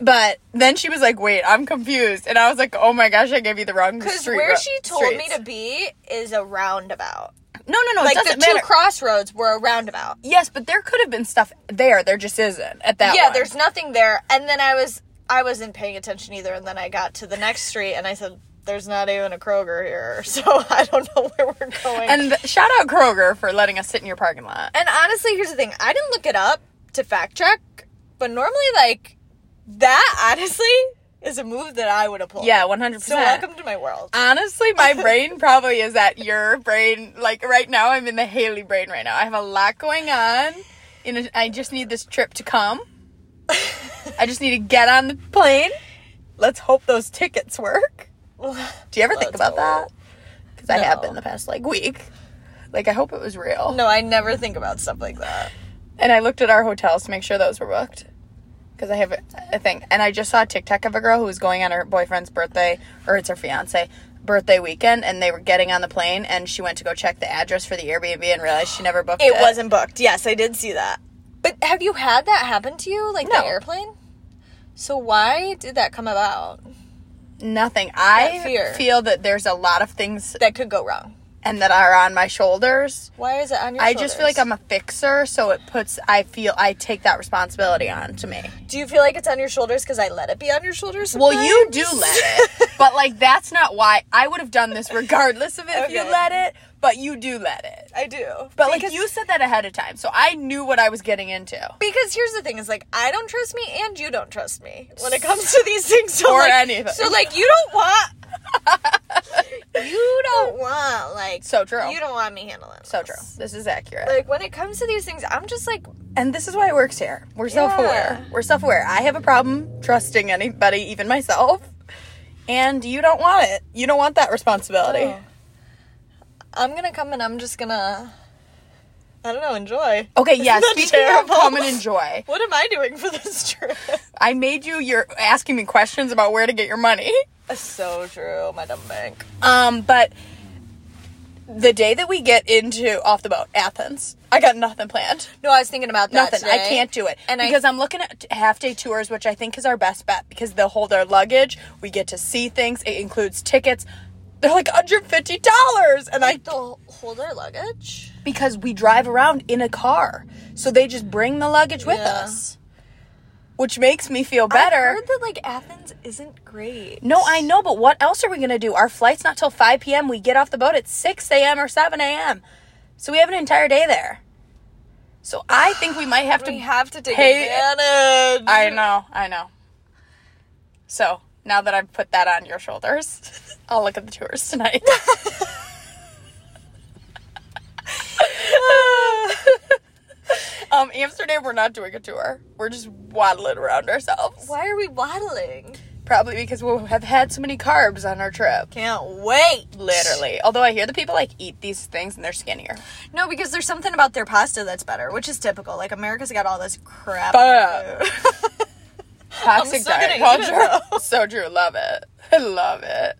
[SPEAKER 2] But then she was like, "Wait, I'm confused," and I was like, "Oh my gosh, I gave you the wrong."
[SPEAKER 1] Because
[SPEAKER 2] street
[SPEAKER 1] where
[SPEAKER 2] ro-
[SPEAKER 1] she told
[SPEAKER 2] streets.
[SPEAKER 1] me to be is a roundabout.
[SPEAKER 2] no, no, no,
[SPEAKER 1] Like
[SPEAKER 2] it
[SPEAKER 1] the
[SPEAKER 2] doesn't
[SPEAKER 1] two
[SPEAKER 2] matter.
[SPEAKER 1] crossroads were a roundabout.
[SPEAKER 2] yes, but there could have been stuff there. There just isn't at that.
[SPEAKER 1] yeah,
[SPEAKER 2] one.
[SPEAKER 1] there's nothing there. And then I was I wasn't paying attention either. And then I got to the next street and I said, "There's not even a Kroger here," so I don't know where we're going.
[SPEAKER 2] And th- shout out Kroger for letting us sit in your parking lot.
[SPEAKER 1] And honestly, here's the thing. I didn't look it up to fact check, but normally, like, that honestly is a move that I would have pulled.
[SPEAKER 2] Yeah, one hundred
[SPEAKER 1] So
[SPEAKER 2] percent.
[SPEAKER 1] welcome to my world.
[SPEAKER 2] Honestly, my brain probably is at your brain. Like right now, I'm in the Haley brain right now. I have a lot going on, and I just need this trip to come. I just need to get on the plane. Let's hope those tickets work. Do you ever think
[SPEAKER 1] Let's
[SPEAKER 2] about that?
[SPEAKER 1] hope.
[SPEAKER 2] Because I have
[SPEAKER 1] No.
[SPEAKER 2] been the past like week. Like I hope it was real.
[SPEAKER 1] No, I never think about stuff like that.
[SPEAKER 2] And I looked at our hotels to make sure those were booked. Because I have a- a thing. And I just saw a TikTok of a girl who was going on her boyfriend's birthday, or it's her fiance, birthday weekend, and they were getting on the plane, and she went to go check the address for the Airbnb and realized she never booked it.
[SPEAKER 1] It wasn't booked. Yes, I did see that. But have you had that happen to you, like
[SPEAKER 2] No.
[SPEAKER 1] the airplane? So why did that come about?
[SPEAKER 2] Nothing. I
[SPEAKER 1] That fear.
[SPEAKER 2] feel that there's a lot of things
[SPEAKER 1] That could go wrong.
[SPEAKER 2] and that are on my shoulders.
[SPEAKER 1] Why is it on your?
[SPEAKER 2] I just feel like
[SPEAKER 1] shoulders?
[SPEAKER 2] I'm a fixer, so it puts, I feel, I take that responsibility on to me.
[SPEAKER 1] Do you feel like it's on your shoulders because I let it be on your shoulders?
[SPEAKER 2] Well, you do
[SPEAKER 1] sometimes?
[SPEAKER 2] let it, but like that's not why I would have done this, regardless of it, if you
[SPEAKER 1] Okay.
[SPEAKER 2] let it. But you do let it.
[SPEAKER 1] I do.
[SPEAKER 2] But like
[SPEAKER 1] Because-
[SPEAKER 2] you said that ahead of time, so I knew what I was getting into.
[SPEAKER 1] because here's the thing is like I don't trust me and you don't trust me when it comes to these things so
[SPEAKER 2] Or
[SPEAKER 1] like,
[SPEAKER 2] anything.
[SPEAKER 1] So like you don't want you don't want like
[SPEAKER 2] So true.
[SPEAKER 1] You don't want me handling.
[SPEAKER 2] So
[SPEAKER 1] this.
[SPEAKER 2] true. This is accurate.
[SPEAKER 1] Like when it comes to these things, I'm just like
[SPEAKER 2] and this is why it works here. We're self-aware.
[SPEAKER 1] Yeah.
[SPEAKER 2] We're self-aware. I have a problem trusting anybody, even myself. And you don't want it. You don't want that responsibility.
[SPEAKER 1] oh, I'm gonna come and I'm just gonna I don't know enjoy.
[SPEAKER 2] Okay, yeah.
[SPEAKER 1] that
[SPEAKER 2] Speaking
[SPEAKER 1] terrible?
[SPEAKER 2] of come and enjoy,
[SPEAKER 1] What am I doing for this trip?
[SPEAKER 2] I made you. You're asking me questions about where to get your money.
[SPEAKER 1] so true, my dumb bank.
[SPEAKER 2] Um, but the day that we get into off the boat, Athens, I got nothing planned.
[SPEAKER 1] No, I was thinking about that.
[SPEAKER 2] Nothing. I
[SPEAKER 1] today.
[SPEAKER 2] can't do it.
[SPEAKER 1] And I-
[SPEAKER 2] because I, am looking at half day tours, which I think is our best bet because they'll hold our luggage. We get to see things. It includes tickets. They're like $150. And I,
[SPEAKER 1] Like they'll hold our luggage.
[SPEAKER 2] because we drive around in a car. So they just bring the luggage with
[SPEAKER 1] Yeah.
[SPEAKER 2] us, which makes me feel
[SPEAKER 1] I've
[SPEAKER 2] better.
[SPEAKER 1] heard that like Athens isn't great.
[SPEAKER 2] No, I know, but what else are we gonna do? Our flight's not till 5 p.m. We get off the boat at 6 a.m. or 7 a.m. So we have an entire day there. So I think we might have to.
[SPEAKER 1] We have to take
[SPEAKER 2] Hey-
[SPEAKER 1] advantage.
[SPEAKER 2] I know, I know. So now that I've put that on your shoulders, I'll look at the tours tonight. um, Amsterdam, we're not doing a tour. We're just waddling around ourselves.
[SPEAKER 1] Why are we waddling?
[SPEAKER 2] Probably because we'll have had so many carbs on our trip.
[SPEAKER 1] Can't wait.
[SPEAKER 2] Literally. Although I hear the people like eat these things and they're skinnier.
[SPEAKER 1] No, because there's something about their pasta that's better, which is typical. Like America's got all this crap.
[SPEAKER 2] Oh,
[SPEAKER 1] in
[SPEAKER 2] Bah.
[SPEAKER 1] their food.
[SPEAKER 2] Toxic
[SPEAKER 1] still gonna
[SPEAKER 2] diet
[SPEAKER 1] eat it,
[SPEAKER 2] culture. so true. Love it. I love it.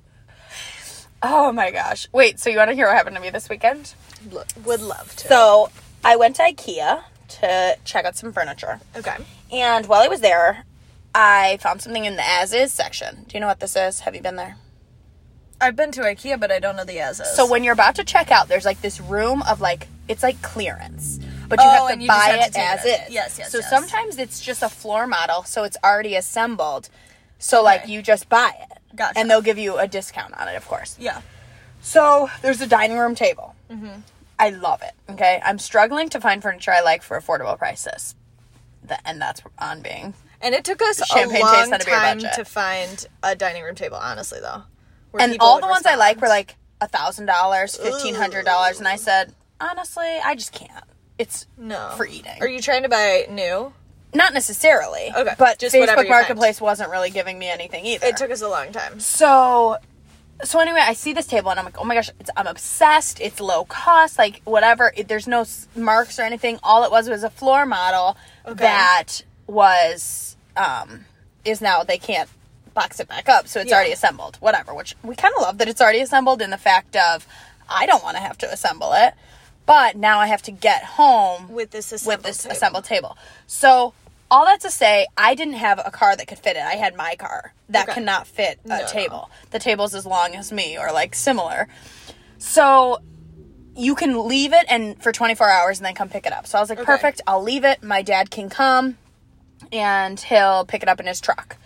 [SPEAKER 2] Oh my gosh. Wait, so you want to hear what happened to me this weekend?
[SPEAKER 1] Lo- Would love to.
[SPEAKER 2] So I went to IKEA to check out some furniture.
[SPEAKER 1] okay.
[SPEAKER 2] And while I was there, I found something in the as is section. Do you know what this is? Have you been there?
[SPEAKER 1] I've been to IKEA, but I don't know the Azas.
[SPEAKER 2] So when you're about to check out, there's like this room of like it's like clearance, but you
[SPEAKER 1] Oh,
[SPEAKER 2] have
[SPEAKER 1] and
[SPEAKER 2] to
[SPEAKER 1] you just
[SPEAKER 2] buy
[SPEAKER 1] have to
[SPEAKER 2] it
[SPEAKER 1] take
[SPEAKER 2] as
[SPEAKER 1] it.
[SPEAKER 2] is.
[SPEAKER 1] Yes, yes,
[SPEAKER 2] So
[SPEAKER 1] yes.
[SPEAKER 2] sometimes it's just a floor model, so it's already assembled. So like
[SPEAKER 1] Okay.
[SPEAKER 2] you just buy it,
[SPEAKER 1] Gotcha.
[SPEAKER 2] and they'll give you a discount on it, of course.
[SPEAKER 1] yeah,
[SPEAKER 2] So there's a dining room table.
[SPEAKER 1] Mm-hmm.
[SPEAKER 2] I love it. Okay, I'm struggling to find furniture I like for affordable prices, Th- and that's on being.
[SPEAKER 1] and it took us
[SPEAKER 2] Champagne
[SPEAKER 1] a
[SPEAKER 2] tastes
[SPEAKER 1] long
[SPEAKER 2] on a beer
[SPEAKER 1] time
[SPEAKER 2] budget.
[SPEAKER 1] to find a dining room table. Honestly, though, where
[SPEAKER 2] And
[SPEAKER 1] people
[SPEAKER 2] all
[SPEAKER 1] would
[SPEAKER 2] the ones I like were
[SPEAKER 1] respond.
[SPEAKER 2] like a thousand dollars, fifteen hundred dollars, and I said honestly, I just can't. It's
[SPEAKER 1] no
[SPEAKER 2] for eating.
[SPEAKER 1] Are you trying to buy new?
[SPEAKER 2] not necessarily.
[SPEAKER 1] Okay,
[SPEAKER 2] but
[SPEAKER 1] just whatever
[SPEAKER 2] Facebook
[SPEAKER 1] you find.
[SPEAKER 2] Marketplace wasn't really giving me anything either.
[SPEAKER 1] It took us a long time.
[SPEAKER 2] so. So anyway, I see this table and I'm like, oh my gosh, it's, I'm obsessed. It's low cost, like whatever. It, there's no s- marks or anything. All it was was a floor model
[SPEAKER 1] Okay.
[SPEAKER 2] that was um is now they can't box it back up, so it's
[SPEAKER 1] Yeah.
[SPEAKER 2] already assembled. Whatever, which we kind of love that it's already assembled in the fact of I don't want to have to assemble it, but now I have to get home
[SPEAKER 1] with this
[SPEAKER 2] with
[SPEAKER 1] assembled
[SPEAKER 2] this
[SPEAKER 1] table.
[SPEAKER 2] assembled table. So all that to say, I didn't have a car that could fit it. I had my car that
[SPEAKER 1] Okay.
[SPEAKER 2] cannot fit a
[SPEAKER 1] No, no.
[SPEAKER 2] table. The table's as long as me or like similar. So you can leave it and for 24 hours and then come pick it up. So I was like, perfect. I'll leave it. My dad can come and he'll pick it up in his truck.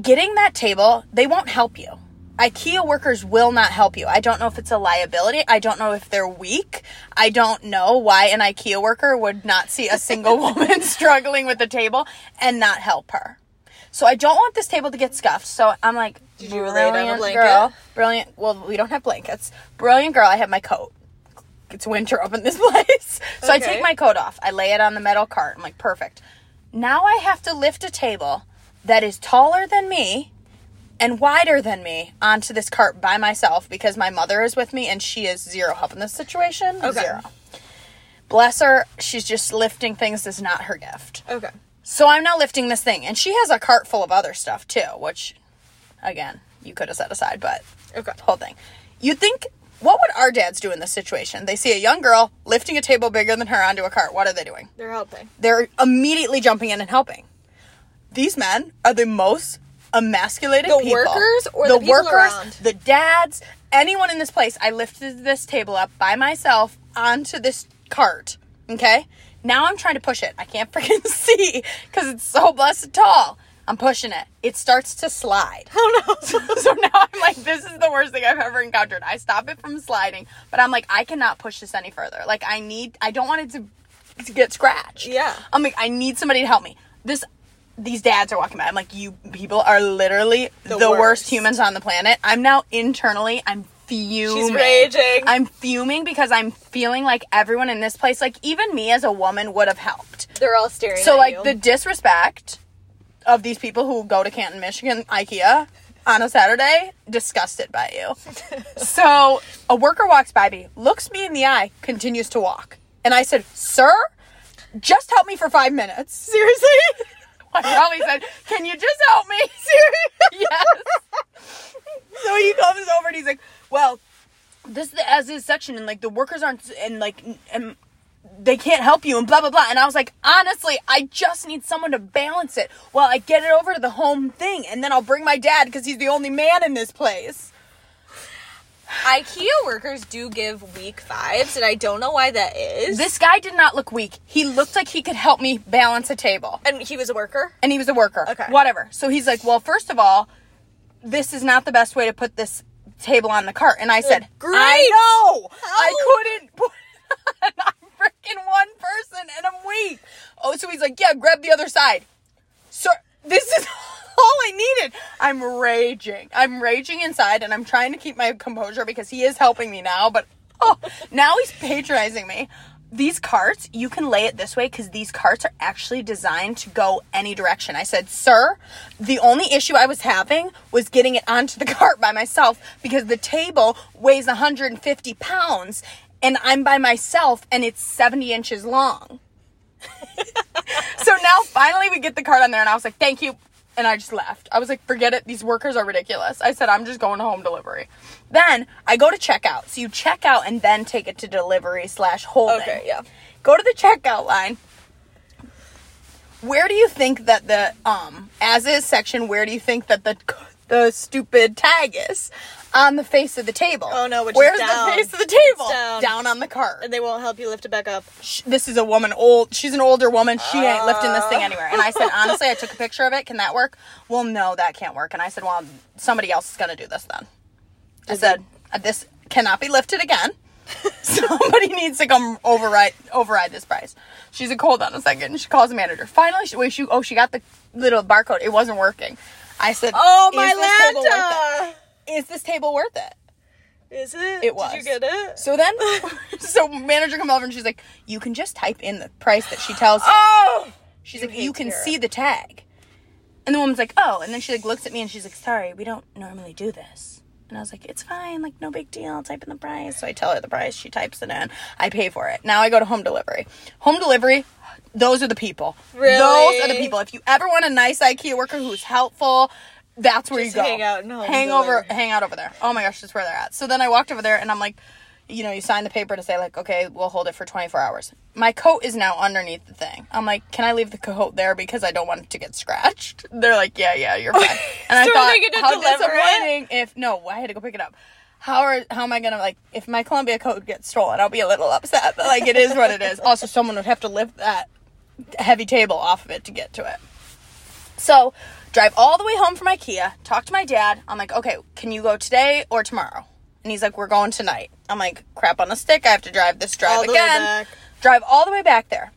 [SPEAKER 2] Getting that table, they won't help you. IKEA workers will not help you. I don't know if it's a liability. I don't know if they're weak. I don't know why an IKEA worker would not see a single woman struggling with a table and not help her. So I don't want this table to get scuffed. So I'm like,
[SPEAKER 1] Did you lay down a
[SPEAKER 2] "Brilliant
[SPEAKER 1] blanket?"
[SPEAKER 2] girl, brilliant. Well, we don't have blankets. Brilliant girl. I have my coat. It's winter up in this place. So I
[SPEAKER 1] Okay.
[SPEAKER 2] take my coat off. I lay it on the metal cart. I'm like, perfect. Now I have to lift a table that is taller than me and wider than me onto this cart by myself because my mother is with me and she is zero help in this situation.
[SPEAKER 1] Okay.
[SPEAKER 2] Zero. Bless her. She's just lifting things is not her gift.
[SPEAKER 1] Okay.
[SPEAKER 2] So I'm now lifting this thing, and she has a cart full of other stuff too, which, again, you could have set aside, but
[SPEAKER 1] Okay.
[SPEAKER 2] whole thing. You'd think, what would our dads do in this situation? They see a young girl lifting a table bigger than her onto a cart. What are they doing?
[SPEAKER 1] They're helping.
[SPEAKER 2] They're immediately jumping in and helping. These men are the most emasculated
[SPEAKER 1] The
[SPEAKER 2] people.
[SPEAKER 1] workers or the people around?
[SPEAKER 2] the dads, anyone in this place. I lifted this table up by myself onto this cart. Okay, now I'm trying to push it. I can't freaking see because it's so blessed tall. I'm pushing it. It starts to slide.
[SPEAKER 1] Oh no.
[SPEAKER 2] so now I'm like, this is the worst thing I've ever encountered. I stop it from sliding, but I'm like, I cannot push this any further. Like, I need, I don't want it to, to get scratched.
[SPEAKER 1] Yeah.
[SPEAKER 2] I'm like, I need somebody to help me. This, these dads are walking by. I'm like, you people are literally the,
[SPEAKER 1] The
[SPEAKER 2] worst.
[SPEAKER 1] worst.
[SPEAKER 2] humans on the planet. I'm now internally, I'm fuming.
[SPEAKER 1] raging.
[SPEAKER 2] I'm fuming because I'm feeling like everyone in this place, like even me as a woman, would have helped.
[SPEAKER 1] They're all staring.
[SPEAKER 2] So
[SPEAKER 1] at
[SPEAKER 2] like
[SPEAKER 1] you.
[SPEAKER 2] the disrespect of these people who go to Canton, Michigan, IKEA on a Saturday, disgusted by you. so a worker walks by me, looks me in the eye, continues to walk, and I said, "Sir, just help me for five minutes."
[SPEAKER 1] seriously.
[SPEAKER 2] I probably said, "Can you just help me?" Seriously? yes. so he comes over and he's like, "Well, this is the as is section, and like the workers aren't, and like, n- and they can't help you, and blah blah blah." And I was like, "Honestly, I just need someone to balance it while I get it over to the home thing, and then I'll bring my dad because he's the only man in this place."
[SPEAKER 1] IKEA workers do give weak vibes, and I don't know why that is.
[SPEAKER 2] This guy did not look weak. He looked like he could help me balance a table.
[SPEAKER 1] and he was a worker.
[SPEAKER 2] and he was a worker.
[SPEAKER 1] Okay.
[SPEAKER 2] Whatever. So he's like, well, first of all, this is not the best way to put this table on the cart. And I said,
[SPEAKER 1] Great.
[SPEAKER 2] I know.
[SPEAKER 1] How?
[SPEAKER 2] I couldn't put it on. I'm freaking one person and I'm weak. Oh, so he's like, yeah, grab the other side. So this is all I needed. I'm raging. I'm raging inside and I'm trying to keep my composure because he is helping me now, but oh, now he's patronizing me. These carts, you can lay it this way because these carts are actually designed to go any direction. I said, Sir, the only issue I was having was getting it onto the cart by myself because the table weighs 150 pounds and I'm by myself and it's 70 inches long. So now finally we get the card on there, and I was like, thank you. And I just left. I was like, forget it. These workers are ridiculous. I said, I'm just going to home delivery. Then I go to checkout. So you check out and then take it to delivery slash holding.
[SPEAKER 1] Okay, yeah.
[SPEAKER 2] Go to the checkout line. Where do you think that the um as is section? Where do you think that the the stupid tag is on the face of the table?
[SPEAKER 1] Oh, no, which is
[SPEAKER 2] Where's
[SPEAKER 1] down.
[SPEAKER 2] the face of the table?
[SPEAKER 1] It's down.
[SPEAKER 2] on the cart
[SPEAKER 1] And they won't help you lift it back up.
[SPEAKER 2] sh- this is a woman old she's an older woman she
[SPEAKER 1] Ah.
[SPEAKER 2] ain't lifting this thing anywhere and i said honestly i took a picture of it can that work well no that can't work and i said well somebody else is gonna do this then i said "Uh, this cannot be lifted again somebody needs to come override override this price she's like hold on a second she calls the manager finally she, wait, she oh she got the little barcode it wasn't working i said
[SPEAKER 1] Oh,
[SPEAKER 2] "Is
[SPEAKER 1] my
[SPEAKER 2] this table worth it?
[SPEAKER 1] laptop.
[SPEAKER 2] is this table worth it
[SPEAKER 1] Is it?
[SPEAKER 2] It was.
[SPEAKER 1] Did you get it?
[SPEAKER 2] so then, so manager comes over and she's like, "You can just type in the price that she tells you."
[SPEAKER 1] oh.
[SPEAKER 2] She's
[SPEAKER 1] You
[SPEAKER 2] like,
[SPEAKER 1] hate
[SPEAKER 2] you can
[SPEAKER 1] Tara.
[SPEAKER 2] see the tag. And the woman's like, oh. And then she like looks at me and she's like, sorry, we don't normally do this. And I was like, it's fine, like no big deal. I'll type in the price. So I tell her the price. She types it in. I pay for it. Now I go to home delivery. Home delivery. Those are the people. Those are the
[SPEAKER 1] Really?
[SPEAKER 2] people. If you ever want a nice IKEA worker who's helpful, that's where
[SPEAKER 1] Just
[SPEAKER 2] you go.
[SPEAKER 1] hang out in home
[SPEAKER 2] hang over,
[SPEAKER 1] delivery.
[SPEAKER 2] hang out over there. Oh my gosh, that's where they're at. So then I walked over there and I'm like, you know, you sign the paper to say, like, okay, we'll hold it for 24 hours. My coat is now underneath the thing. I'm like, can I leave the coat there because I don't want it to get scratched? They're like, yeah, yeah, you're fine. And I
[SPEAKER 1] So are they
[SPEAKER 2] thought,
[SPEAKER 1] gonna
[SPEAKER 2] how
[SPEAKER 1] deliver
[SPEAKER 2] disappointing if, no, I had to go pick it up. How are, how am I gonna, like, if my Columbia coat gets stolen, I'll be a little upset, but like, it is what it is. Also, someone would have to lift that heavy table off of it to get to it. So, drive all the way home from IKEA, talk to my dad. I'm like, okay, can you go today or tomorrow? And he's like, we're going tonight. I'm like, crap on a stick. I have to drive this drive
[SPEAKER 1] All the way
[SPEAKER 2] again.
[SPEAKER 1] back.
[SPEAKER 2] Drive all the way back there.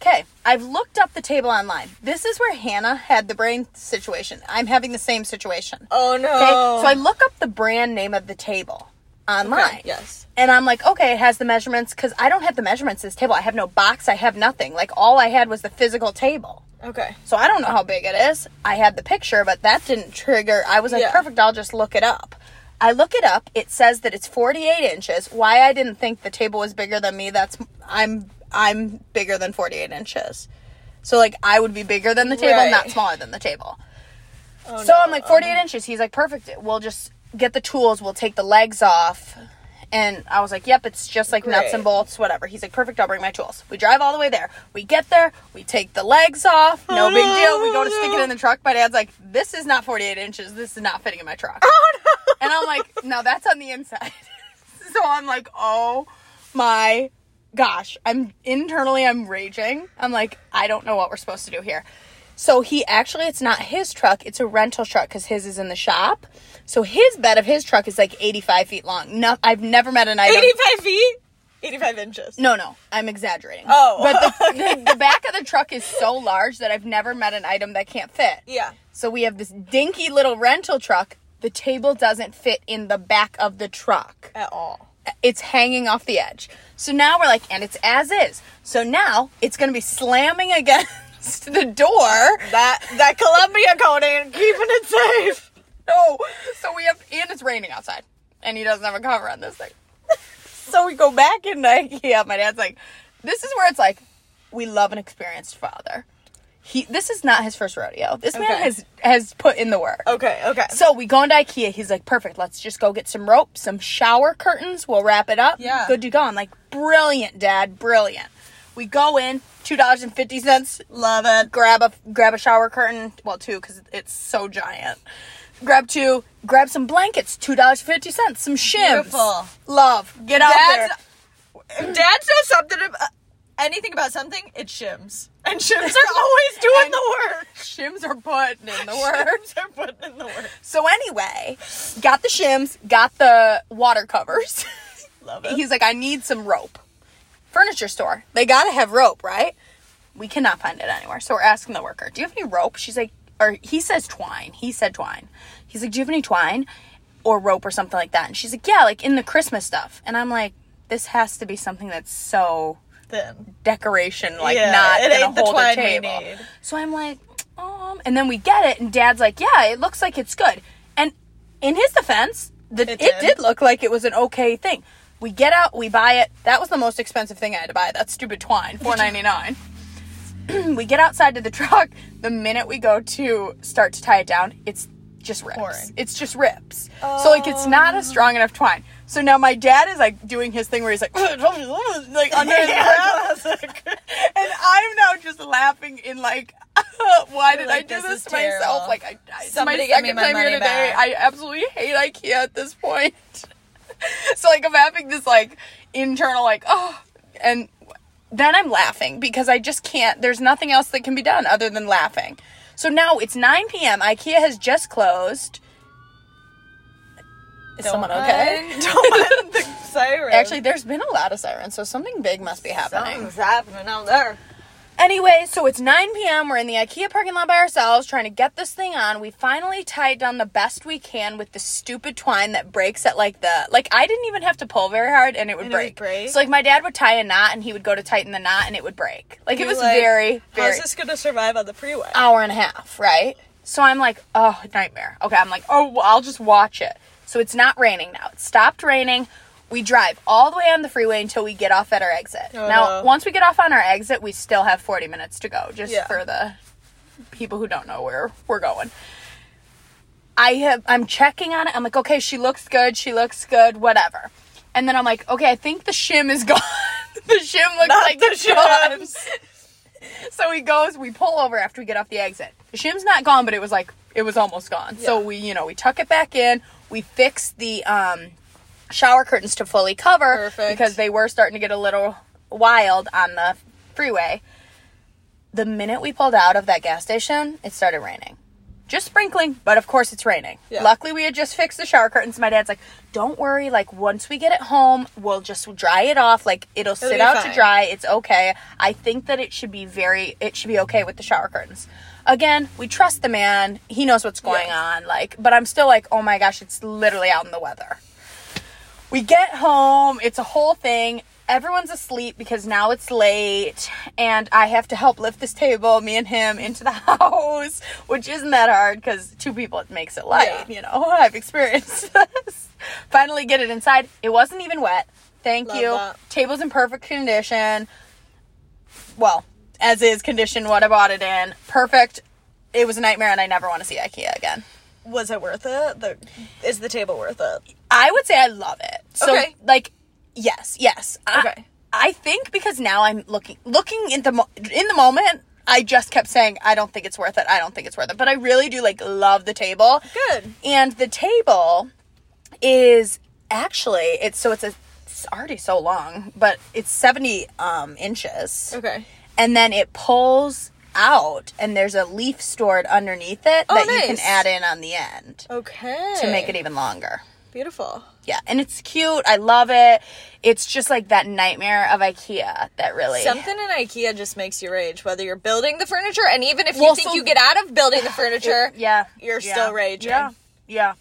[SPEAKER 2] Okay, I've looked up the table online. This is where Hannah had the brain situation. I'm having the same situation.
[SPEAKER 1] Oh no.
[SPEAKER 2] Okay, so I look up the brand name of the table online.
[SPEAKER 1] Okay, yes.
[SPEAKER 2] And I'm like, okay, it has the measurements because I don't have the measurements of this table. I have no box. I have nothing. Like, all I had was the physical table.
[SPEAKER 1] Okay.
[SPEAKER 2] So I don't know how big it is. I had the picture, but that didn't trigger. I was like,
[SPEAKER 1] Yeah.
[SPEAKER 2] perfect, I'll just look it up. I look it up. It says that it's 48 inches. Why I didn't think the table was bigger than me, that's I'm I'm bigger than 48 inches. So like I would be bigger than the table,
[SPEAKER 1] Right.
[SPEAKER 2] not smaller than the table.
[SPEAKER 1] Oh,
[SPEAKER 2] So
[SPEAKER 1] no.
[SPEAKER 2] I'm like 48 inches. He's like, perfect. We'll just get the tools. We'll take the legs off. And I was like, yep, it's just like nuts
[SPEAKER 1] Great.
[SPEAKER 2] and bolts, whatever. He's like, perfect. I'll bring my tools. We drive all the way there. We get there. We take the legs off. No
[SPEAKER 1] Oh,
[SPEAKER 2] big
[SPEAKER 1] no,
[SPEAKER 2] deal. We go to
[SPEAKER 1] oh,
[SPEAKER 2] stick
[SPEAKER 1] no.
[SPEAKER 2] it in the truck. My dad's like, this is not 48 inches. This is not fitting in my truck.
[SPEAKER 1] Oh,
[SPEAKER 2] And I'm like, no, that's on the inside. so I'm like, oh my gosh. I'm internally, I'm raging. I'm like, I don't know what we're supposed to do here. So he actually, it's not his truck, it's a rental truck because his is in the shop. So his bed of his truck is like 85 feet long. No, I've never met an item.
[SPEAKER 1] 85 feet? 85 inches.
[SPEAKER 2] No, no, I'm exaggerating.
[SPEAKER 1] Oh,
[SPEAKER 2] But the, the, the back of the truck is so large that I've never met an item that can't fit.
[SPEAKER 1] Yeah.
[SPEAKER 2] So we have this dinky little rental truck. The table doesn't fit in the back of the truck.
[SPEAKER 1] At all.
[SPEAKER 2] It's hanging off the edge. So now we're like, and it's as is. So now it's going to be slamming against the door.
[SPEAKER 1] That that Columbia coating, keeping it safe.
[SPEAKER 2] No. So we have, and it's raining outside, and he doesn't have a cover on this thing. so we go back into IKEA. My dad's like, "This is where it's like, we love an experienced father. He, this is not his first rodeo. This man
[SPEAKER 1] Okay.
[SPEAKER 2] has has put in the work.
[SPEAKER 1] Okay, okay.
[SPEAKER 2] So we go into IKEA. He's like, "Perfect. Let's just go get some rope, some shower curtains. We'll wrap it up.
[SPEAKER 1] Yeah.
[SPEAKER 2] good to go." I'm like, "Brilliant, Dad. Brilliant." We go in. Two dollars and fifty cents
[SPEAKER 1] love it.
[SPEAKER 2] grab a grab a shower curtain. Well, two because it's so giant. Grab two. Grab some blankets. Two dollars fifty cents. Some shims.
[SPEAKER 1] Beautiful.
[SPEAKER 2] Love. Get out there.
[SPEAKER 1] Dad's- If Dad says something about, anything about something, it's shims. And shims are always doing the work.
[SPEAKER 2] Shims are putting in the work.
[SPEAKER 1] Shims are putting in the work.
[SPEAKER 2] So anyway, got the shims. Got the water covers.
[SPEAKER 1] Love it.
[SPEAKER 2] He's like, I need some rope. Furniture store. They gotta have rope, right? We cannot find it anywhere. So we're asking the worker, Do you have any rope? She's like, or he says twine. He said twine. He's like, Do you have any twine or rope or something like that? And she's like, Yeah, like in the Christmas stuff. And I'm like, This has to be something that's so
[SPEAKER 1] then.
[SPEAKER 2] decoration, like
[SPEAKER 1] Yeah,
[SPEAKER 2] not
[SPEAKER 1] it
[SPEAKER 2] gonna
[SPEAKER 1] ain't the
[SPEAKER 2] hold a
[SPEAKER 1] twine we
[SPEAKER 2] table.
[SPEAKER 1] need.
[SPEAKER 2] So I'm like, um, and then we get it, and Dad's like, yeah, it looks like it's good. And in his defense, the, it,
[SPEAKER 1] It
[SPEAKER 2] did.
[SPEAKER 1] did.
[SPEAKER 2] look like it was an okay thing. We get out, we buy it. That was the most expensive thing I had to buy. That stupid twine, four ninety nine. we get outside to the truck. The minute we go to start to tie it down, it's just rips.
[SPEAKER 1] Pouring.
[SPEAKER 2] It's just rips. So like it's not a strong enough twine. So now my dad is like doing his thing where he's like like under his breath and I'm now just laughing in like, why did
[SPEAKER 1] Like,
[SPEAKER 2] I do
[SPEAKER 1] this
[SPEAKER 2] this,
[SPEAKER 1] is
[SPEAKER 2] to myself?
[SPEAKER 1] terrible.
[SPEAKER 2] Like, I, I, it's my
[SPEAKER 1] Somebody give me
[SPEAKER 2] second
[SPEAKER 1] my
[SPEAKER 2] time here
[SPEAKER 1] money
[SPEAKER 2] today.
[SPEAKER 1] back.
[SPEAKER 2] I absolutely hate IKEA at this point. so like, I'm having this like internal like, oh, and then I'm laughing because I just can't. There's nothing else that can be done other than laughing. So now it's 9 p.m. IKEA has just closed. Is someone okay?
[SPEAKER 1] Don't mind the siren.
[SPEAKER 2] Actually, there's been a lot of sirens, so something big must be happening.
[SPEAKER 1] something's happening out there.
[SPEAKER 2] Anyway, so it's 9 p.m. We're in the IKEA parking lot by ourselves trying to get this thing on. We finally tie it down the best we can with the stupid twine that breaks at like the like I didn't even have to pull very hard and it would,
[SPEAKER 1] And it would
[SPEAKER 2] break.
[SPEAKER 1] break?
[SPEAKER 2] So like my dad would tie a knot and he would go to tighten the knot and it would break. Like it
[SPEAKER 1] You're
[SPEAKER 2] was
[SPEAKER 1] like,
[SPEAKER 2] very very
[SPEAKER 1] How's this gonna survive on the freeway?
[SPEAKER 2] hour and a half, right? So I'm like, oh, nightmare. Okay, I'm like, oh, well, I'll just watch it. So it's not raining now. It stopped raining. We drive all the way on the freeway until we get off at our exit.
[SPEAKER 1] Oh,
[SPEAKER 2] now,
[SPEAKER 1] no.
[SPEAKER 2] once we get off on our exit, we still have 40 minutes to go, just
[SPEAKER 1] Yeah.
[SPEAKER 2] for the people who don't know where we're going. I have I'm checking on it. I'm like, okay, she looks good. She looks good. Whatever. And then I'm like, okay, I think the shim is gone. the shim looks
[SPEAKER 1] Not
[SPEAKER 2] like
[SPEAKER 1] the
[SPEAKER 2] it's gone.
[SPEAKER 1] shims.
[SPEAKER 2] So he goes, we pull over after we get off the exit. The shim's not gone, but it was like it was almost gone. So
[SPEAKER 1] Yeah.
[SPEAKER 2] we, you know, we tuck it back in, we fix the um shower curtains to fully cover
[SPEAKER 1] Perfect.
[SPEAKER 2] because they were starting to get a little wild on the freeway. The minute we pulled out of that gas station, it started raining. Just sprinkling, but of course it's raining.
[SPEAKER 1] Yeah.
[SPEAKER 2] Luckily, we had just fixed the shower curtains. My dad's like, "Don't worry. Like once we get it home, we'll just dry it off. Like it'll, sit
[SPEAKER 1] be
[SPEAKER 2] out to
[SPEAKER 1] fine."
[SPEAKER 2] dry. It's okay. I think that it should be very. It should be okay with the shower curtains. Again, we trust the man. He knows what's going
[SPEAKER 1] Yes.
[SPEAKER 2] on. Like, but I'm still like, oh my gosh, it's literally out in the weather. We get home, it's a whole thing. Everyone's asleep because now it's late, and I have to help lift this table, me and him, into the house, which isn't that hard because two people it makes it light.
[SPEAKER 1] Yeah.
[SPEAKER 2] You know, I've experienced this. Finally, get it inside. It wasn't even wet. Thank
[SPEAKER 1] Love
[SPEAKER 2] you.
[SPEAKER 1] that.
[SPEAKER 2] Table's in perfect condition. Well, as is condition what I bought it in. Perfect. It was a nightmare, and I never want to see IKEA again.
[SPEAKER 1] Was it worth it? The is the table worth it?
[SPEAKER 2] I would say I love it. So
[SPEAKER 1] Okay.
[SPEAKER 2] like yes, yes. I,
[SPEAKER 1] Okay.
[SPEAKER 2] I think because now I'm looking looking in the mo- in the moment I just kept saying I don't think it's worth it. I don't think it's worth it. But I really do like love the table.
[SPEAKER 1] Good.
[SPEAKER 2] And the table is actually it's so it's a it's already so long, but it's 70 um inches
[SPEAKER 1] Okay.
[SPEAKER 2] and then it pulls out and there's a leaf stored underneath it
[SPEAKER 1] Oh,
[SPEAKER 2] that you can
[SPEAKER 1] nice.
[SPEAKER 2] add in on the end
[SPEAKER 1] Okay.
[SPEAKER 2] to make it even longer.
[SPEAKER 1] e- beautiful.
[SPEAKER 2] Yeah, and it's cute. I love it. It's just like that nightmare of IKEA that really
[SPEAKER 1] Something in IKEA just makes you rage, whether you're building the furniture, and even if
[SPEAKER 2] Well,
[SPEAKER 1] you think
[SPEAKER 2] so-
[SPEAKER 1] you get out of building the furniture,
[SPEAKER 2] Yeah,
[SPEAKER 1] you're
[SPEAKER 2] yeah,
[SPEAKER 1] still raging.
[SPEAKER 2] Yeah, yeah.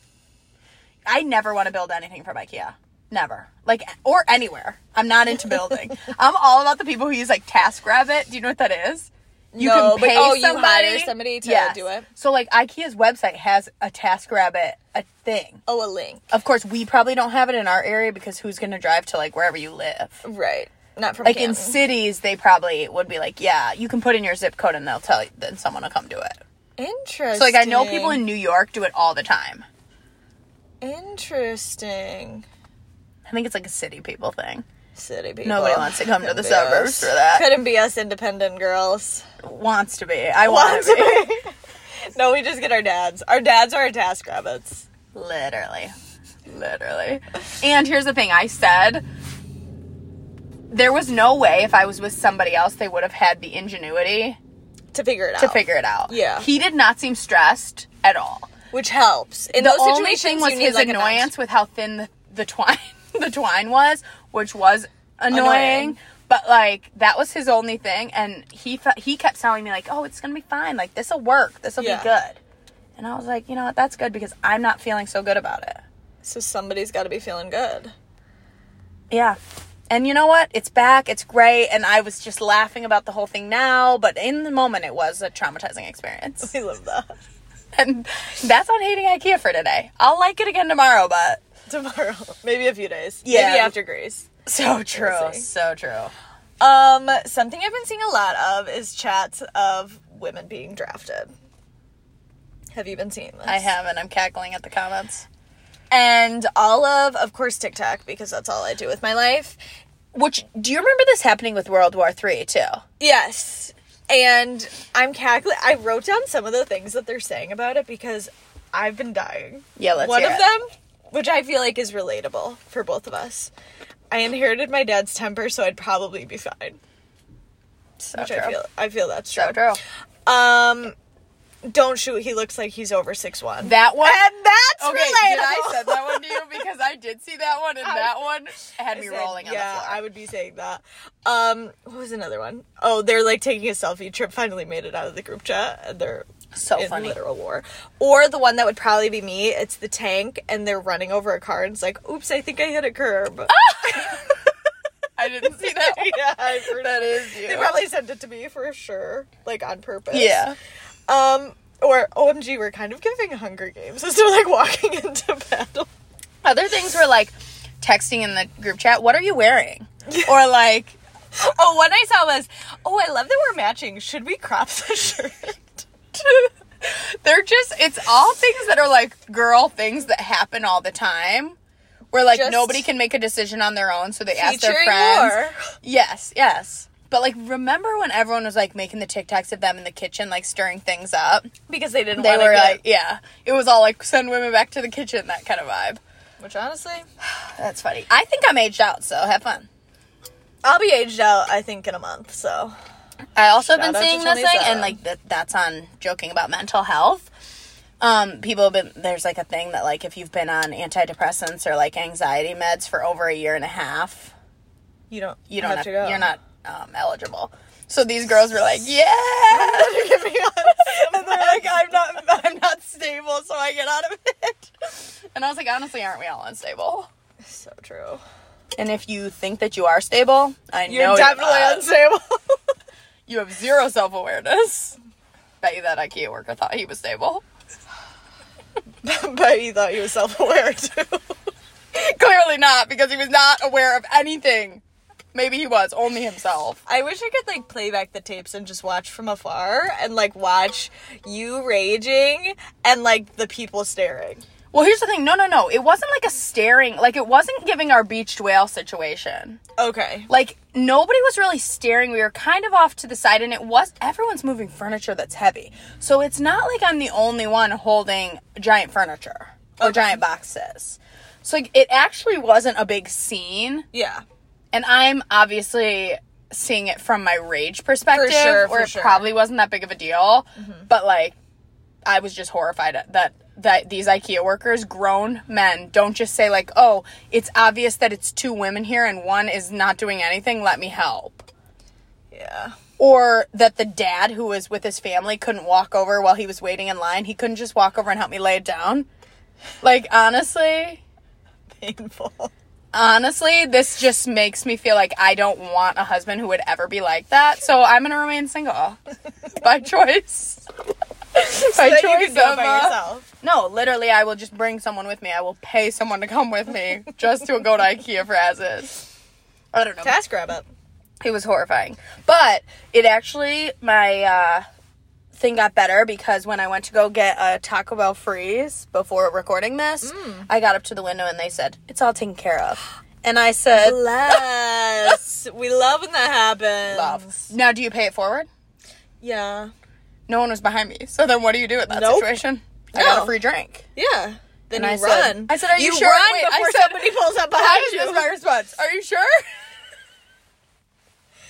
[SPEAKER 2] I never want to build anything from IKEA. Never, like or anywhere. I'm not into building. I'm all about the people who use like TaskRabbit. Do you know what that is? You
[SPEAKER 1] No, but- oh, you hire somebody to
[SPEAKER 2] Yes.
[SPEAKER 1] do it?
[SPEAKER 2] So like IKEA's website has a TaskRabbit a thing.
[SPEAKER 1] Oh, a link.
[SPEAKER 2] Of course, we probably don't have it in our area because who's going to drive to like wherever you live?
[SPEAKER 1] Right. Not from
[SPEAKER 2] like
[SPEAKER 1] Canton.
[SPEAKER 2] in cities they probably would be like yeah you can put in your zip code and they'll tell you then someone will come do it
[SPEAKER 1] Interesting.
[SPEAKER 2] so like i know people in new york do it all the time
[SPEAKER 1] Interesting.
[SPEAKER 2] i think it's like a city people thing
[SPEAKER 1] City people.
[SPEAKER 2] Nobody wants to come to
[SPEAKER 1] Couldn't
[SPEAKER 2] the
[SPEAKER 1] be
[SPEAKER 2] suburbs
[SPEAKER 1] us.
[SPEAKER 2] for that.
[SPEAKER 1] Couldn't be us independent girls.
[SPEAKER 2] wants to be i want to be
[SPEAKER 1] no, we just get our dads. Our dads are our task rabbits.
[SPEAKER 2] literally literally and here's the thing i said there was no way if i was with somebody else they would have had the ingenuity
[SPEAKER 1] To figure it
[SPEAKER 2] to
[SPEAKER 1] out.
[SPEAKER 2] figure it out
[SPEAKER 1] Yeah.
[SPEAKER 2] he did not seem stressed at all
[SPEAKER 1] Which helps. In
[SPEAKER 2] the
[SPEAKER 1] those
[SPEAKER 2] only
[SPEAKER 1] situations,
[SPEAKER 2] thing was
[SPEAKER 1] you need,
[SPEAKER 2] his
[SPEAKER 1] like, a nudge.
[SPEAKER 2] annoyance with how thin the, the twine the twine was, which was annoying.
[SPEAKER 1] Annoying.
[SPEAKER 2] But like that was his only thing, and he fe- he kept telling me like, "Oh, it's gonna be fine. Like this will work. This will
[SPEAKER 1] Yeah.
[SPEAKER 2] be good." And I was like, you know what? That's good because I'm not feeling so good about it.
[SPEAKER 1] So somebody's got to be feeling good.
[SPEAKER 2] Yeah. And you know what? It's back. It's great. And I was just laughing about the whole thing now, but in the moment, it was a traumatizing experience.
[SPEAKER 1] We love that.
[SPEAKER 2] and that's on hating IKEA for today. I'll like it again tomorrow, but
[SPEAKER 1] Tomorrow, maybe a few days.
[SPEAKER 2] Yeah.
[SPEAKER 1] Maybe after Greece.
[SPEAKER 2] so true,
[SPEAKER 1] see.
[SPEAKER 2] so true.
[SPEAKER 1] Um, something I've been seeing a lot of is chats of women being drafted. Have you been seeing this?
[SPEAKER 2] I have, and I'm cackling at the comments.
[SPEAKER 1] And all of, of course, TikTok because that's all I do with my life.
[SPEAKER 2] Which do you remember this happening with World War Three too?
[SPEAKER 1] Yes. And I'm cackling. I wrote down some of the things that they're saying about it because I've been dying.
[SPEAKER 2] Yeah, let's
[SPEAKER 1] One
[SPEAKER 2] hear
[SPEAKER 1] of
[SPEAKER 2] it.
[SPEAKER 1] them, which I feel like is relatable for both of us. I inherited my dad's temper, so I'd probably be fine.
[SPEAKER 2] So
[SPEAKER 1] Which
[SPEAKER 2] true.
[SPEAKER 1] I feel, I feel that's true.
[SPEAKER 2] so true.
[SPEAKER 1] Um, don't shoot. He looks like he's over six one.
[SPEAKER 2] That one.
[SPEAKER 1] and that's
[SPEAKER 2] okay,
[SPEAKER 1] relatable.
[SPEAKER 2] did I send that one to you because I did see that one, and that one had me
[SPEAKER 1] said,
[SPEAKER 2] rolling on
[SPEAKER 1] yeah,
[SPEAKER 2] the floor.
[SPEAKER 1] I would be saying that. Um, what was another one? Oh, they're like taking a selfie. Trip finally made it out of the group chat, and they're
[SPEAKER 2] So
[SPEAKER 1] in
[SPEAKER 2] funny.
[SPEAKER 1] literal war. Or the one that would probably be me. It's the tank, and they're running over a car, and it's like, "Oops, I think I hit a curb."
[SPEAKER 2] I didn't see that. One.
[SPEAKER 1] yeah, I heard
[SPEAKER 2] That is you.
[SPEAKER 1] They probably sent it to me for sure, like on purpose.
[SPEAKER 2] Yeah.
[SPEAKER 1] Um. Or OMG, we're kind of giving Hunger Games as they're like walking into battle.
[SPEAKER 2] Other things were like texting in the group chat. What are you wearing? or like,
[SPEAKER 1] Oh, one I saw was, oh, I love that we're matching. Should we crop the shirt?
[SPEAKER 2] they're just. It's all things that are like girl things that happen all the time. where like
[SPEAKER 1] Just-
[SPEAKER 2] nobody can make a decision on their own, so they ask their
[SPEAKER 1] Featuring
[SPEAKER 2] friends.
[SPEAKER 1] more.
[SPEAKER 2] Yes, yes. But like, remember when everyone was like making the TikToks of them in the kitchen, like stirring things up?
[SPEAKER 1] because they didn't
[SPEAKER 2] They
[SPEAKER 1] want to
[SPEAKER 2] were
[SPEAKER 1] get
[SPEAKER 2] like, yeah, it was all like send women back to the kitchen, that kind of vibe.
[SPEAKER 1] which honestly,
[SPEAKER 2] That's funny. I think I'm aged out, so have fun.
[SPEAKER 1] I'll be aged out. I think in a month. So
[SPEAKER 2] I also
[SPEAKER 1] Shout
[SPEAKER 2] have been
[SPEAKER 1] out to
[SPEAKER 2] seeing this thing,
[SPEAKER 1] 27.
[SPEAKER 2] and like th- that's on joking about mental health. Um, people have been there's like a thing that like if you've been on antidepressants or like anxiety meds for over a year and a half,
[SPEAKER 1] you don't
[SPEAKER 2] you don't
[SPEAKER 1] have, to go.
[SPEAKER 2] you're not um, eligible. So these girls were like, yeah,
[SPEAKER 1] You're giving up. and they're like, I'm not.
[SPEAKER 2] I'm not stable, so I get out of it. And I was like, honestly, aren't we all unstable?
[SPEAKER 1] So true.
[SPEAKER 2] And if you think that you are stable, I
[SPEAKER 1] You're
[SPEAKER 2] know
[SPEAKER 1] definitely
[SPEAKER 2] you're not.
[SPEAKER 1] unstable.
[SPEAKER 2] You have zero self awareness. Bet you that IKEA worker thought he was stable.
[SPEAKER 1] but he thought he was self-aware too.
[SPEAKER 2] Clearly not, because he was not aware of anything. Maybe he was, only himself.
[SPEAKER 1] I wish I could like play back the tapes and just watch from afar and like watch you raging and like the people staring.
[SPEAKER 2] Well, here's the thing no, no, no. It wasn't like a staring, like, it wasn't giving our beached whale situation.
[SPEAKER 1] Okay.
[SPEAKER 2] Like, nobody was really staring. We were kind of off to the side, and it was everyone's moving furniture that's heavy. So it's not like I'm the only one holding giant furniture or giant boxes. So like, it actually wasn't a big scene.
[SPEAKER 1] Yeah.
[SPEAKER 2] And I'm obviously seeing it from my rage perspective,
[SPEAKER 1] For sure,
[SPEAKER 2] where
[SPEAKER 1] for
[SPEAKER 2] it
[SPEAKER 1] sure. Mm-hmm.
[SPEAKER 2] probably wasn't that big of a deal. But like, I was just horrified at that that these IKEA workers, grown men, don't just say like, "Oh, it's obvious that it's two women here and one is not doing anything. Let me help."
[SPEAKER 1] Yeah.
[SPEAKER 2] Or that the dad who was with his family couldn't walk over while he was waiting in line. He couldn't just walk over and help me lay it down. Like honestly,
[SPEAKER 1] Painful.
[SPEAKER 2] honestly, this just makes me feel like I don't want a husband who would ever be like that. So I'm gonna remain single by choice. by
[SPEAKER 1] That
[SPEAKER 2] choice,
[SPEAKER 1] you could go by
[SPEAKER 2] Emma.
[SPEAKER 1] yourself.
[SPEAKER 2] No, literally, I will just bring someone with me. I will pay someone to come with me just to go to IKEA for as is. I don't know.
[SPEAKER 1] Task grab up.
[SPEAKER 2] It was horrifying, but it actually my uh, thing got better because when I went to go get a Taco Bell freeze before recording this, I got up to the window and they said it's all taken care of, and I said
[SPEAKER 1] Bless. we love when that happens.
[SPEAKER 2] love. Now, do you pay it forward?
[SPEAKER 1] Yeah.
[SPEAKER 2] No one was behind me. So then what do you do in that
[SPEAKER 1] Nope.
[SPEAKER 2] situation? I got
[SPEAKER 1] No.
[SPEAKER 2] a free drink.
[SPEAKER 1] Yeah. Then
[SPEAKER 2] And I
[SPEAKER 1] you
[SPEAKER 2] said-
[SPEAKER 1] run.
[SPEAKER 2] I said, "Are you sure?"
[SPEAKER 1] run
[SPEAKER 2] Wait, I
[SPEAKER 1] before
[SPEAKER 2] said-
[SPEAKER 1] somebody pulls up behind
[SPEAKER 2] That was
[SPEAKER 1] you.
[SPEAKER 2] my response. Are you sure?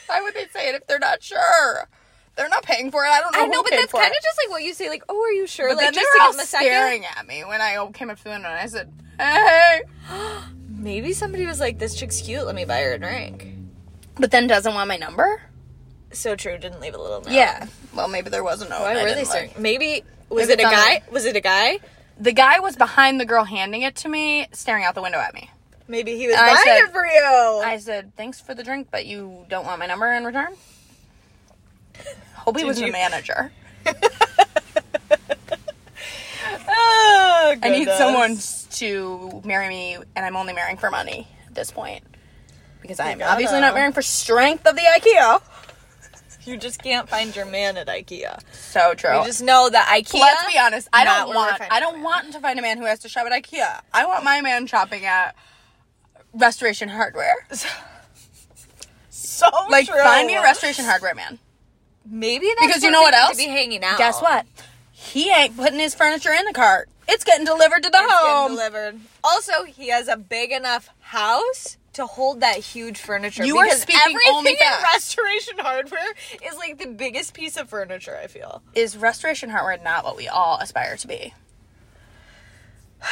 [SPEAKER 2] Why would they say it if they're not sure? They're not paying for it. I don't know.
[SPEAKER 1] I know,
[SPEAKER 2] who
[SPEAKER 1] but
[SPEAKER 2] paid
[SPEAKER 1] that's
[SPEAKER 2] for
[SPEAKER 1] kind
[SPEAKER 2] it.
[SPEAKER 1] of just like what you say, like, "Oh, are you sure?"
[SPEAKER 2] But
[SPEAKER 1] like
[SPEAKER 2] then
[SPEAKER 1] just to
[SPEAKER 2] they were all
[SPEAKER 1] give them a second.
[SPEAKER 2] staring at me when I came up to the window and I said, "Hey."
[SPEAKER 1] Maybe somebody was like, "This chick's cute. Let me buy her a drink."
[SPEAKER 2] But then doesn't want my number.
[SPEAKER 1] So true. Didn't leave a little note.
[SPEAKER 2] Yeah. Well, maybe there was a note.
[SPEAKER 1] Why
[SPEAKER 2] and I
[SPEAKER 1] were they
[SPEAKER 2] didn't look.
[SPEAKER 1] staring? Maybe was
[SPEAKER 2] Maybe
[SPEAKER 1] it a
[SPEAKER 2] it's on-
[SPEAKER 1] guy? Was it a guy?
[SPEAKER 2] The guy was behind the girl handing it to me, staring out the window at me.
[SPEAKER 1] Maybe he was
[SPEAKER 2] I
[SPEAKER 1] buying
[SPEAKER 2] said-
[SPEAKER 1] it for you.
[SPEAKER 2] I said, "Thanks for the drink, but you don't want my number in return." Hope he was the
[SPEAKER 1] you-
[SPEAKER 2] manager.
[SPEAKER 1] oh,
[SPEAKER 2] I need
[SPEAKER 1] goodness.
[SPEAKER 2] someone to marry me, and I'm only marrying for money at this point because I am
[SPEAKER 1] gotta.
[SPEAKER 2] obviously not marrying for strength of the IKEA.
[SPEAKER 1] You just can't find your man at IKEA.
[SPEAKER 2] So true.
[SPEAKER 1] You just know that IKEA.
[SPEAKER 2] Oh. Let's be honest. I
[SPEAKER 1] not
[SPEAKER 2] don't
[SPEAKER 1] where we're
[SPEAKER 2] want.
[SPEAKER 1] finding
[SPEAKER 2] I don't
[SPEAKER 1] our
[SPEAKER 2] want to find a man who has to shop at IKEA. I want my man shopping at Restoration Hardware.
[SPEAKER 1] So
[SPEAKER 2] Like,
[SPEAKER 1] true.
[SPEAKER 2] find me a Restoration Hardware man.
[SPEAKER 1] Maybe that's
[SPEAKER 2] Because you know
[SPEAKER 1] where
[SPEAKER 2] what
[SPEAKER 1] we need To
[SPEAKER 2] else?
[SPEAKER 1] be hanging out.
[SPEAKER 2] Guess what? He ain't putting his furniture in the cart. It's getting delivered to the
[SPEAKER 1] It's getting
[SPEAKER 2] home.
[SPEAKER 1] delivered. Also, he has a big enough house to hold that huge furniture.
[SPEAKER 2] You are
[SPEAKER 1] because
[SPEAKER 2] speaking
[SPEAKER 1] everything
[SPEAKER 2] only
[SPEAKER 1] in
[SPEAKER 2] facts.
[SPEAKER 1] Restoration Hardware is like the biggest piece of furniture. I feel.
[SPEAKER 2] is restoration hardware not what we all aspire to be?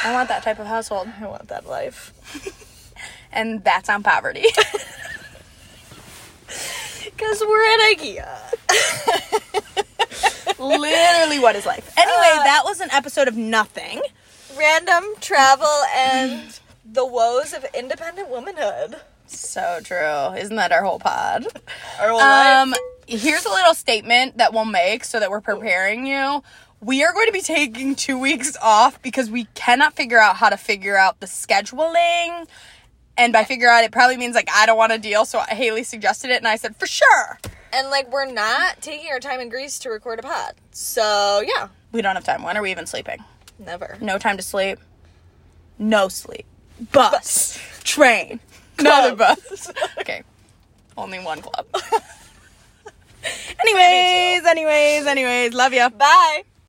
[SPEAKER 2] I want that type of household,
[SPEAKER 1] I want that life.
[SPEAKER 2] and that's on poverty.
[SPEAKER 1] Because we're at IKEA.
[SPEAKER 2] Literally, what is life? Anyway, that was an episode of nothing.
[SPEAKER 1] Random travel and the woes of independent womanhood.
[SPEAKER 2] So true. Isn't that our whole pod?
[SPEAKER 1] Our whole life.
[SPEAKER 2] Um, here's a little statement that we'll make so that we're preparing you. We are going to be taking two weeks off because we cannot figure out how to figure out the scheduling. And by figure out, it probably means like I don't want to deal. So Haley suggested it, and I said for sure.
[SPEAKER 1] And like we're not taking our time in Greece to record a pod. So yeah.
[SPEAKER 2] We don't have time. When are we even sleeping?
[SPEAKER 1] Never.
[SPEAKER 2] No time to sleep. No sleep. bus, train, another bus. okay, only one club. anyways, anyways, anyways, love ya.
[SPEAKER 1] Bye.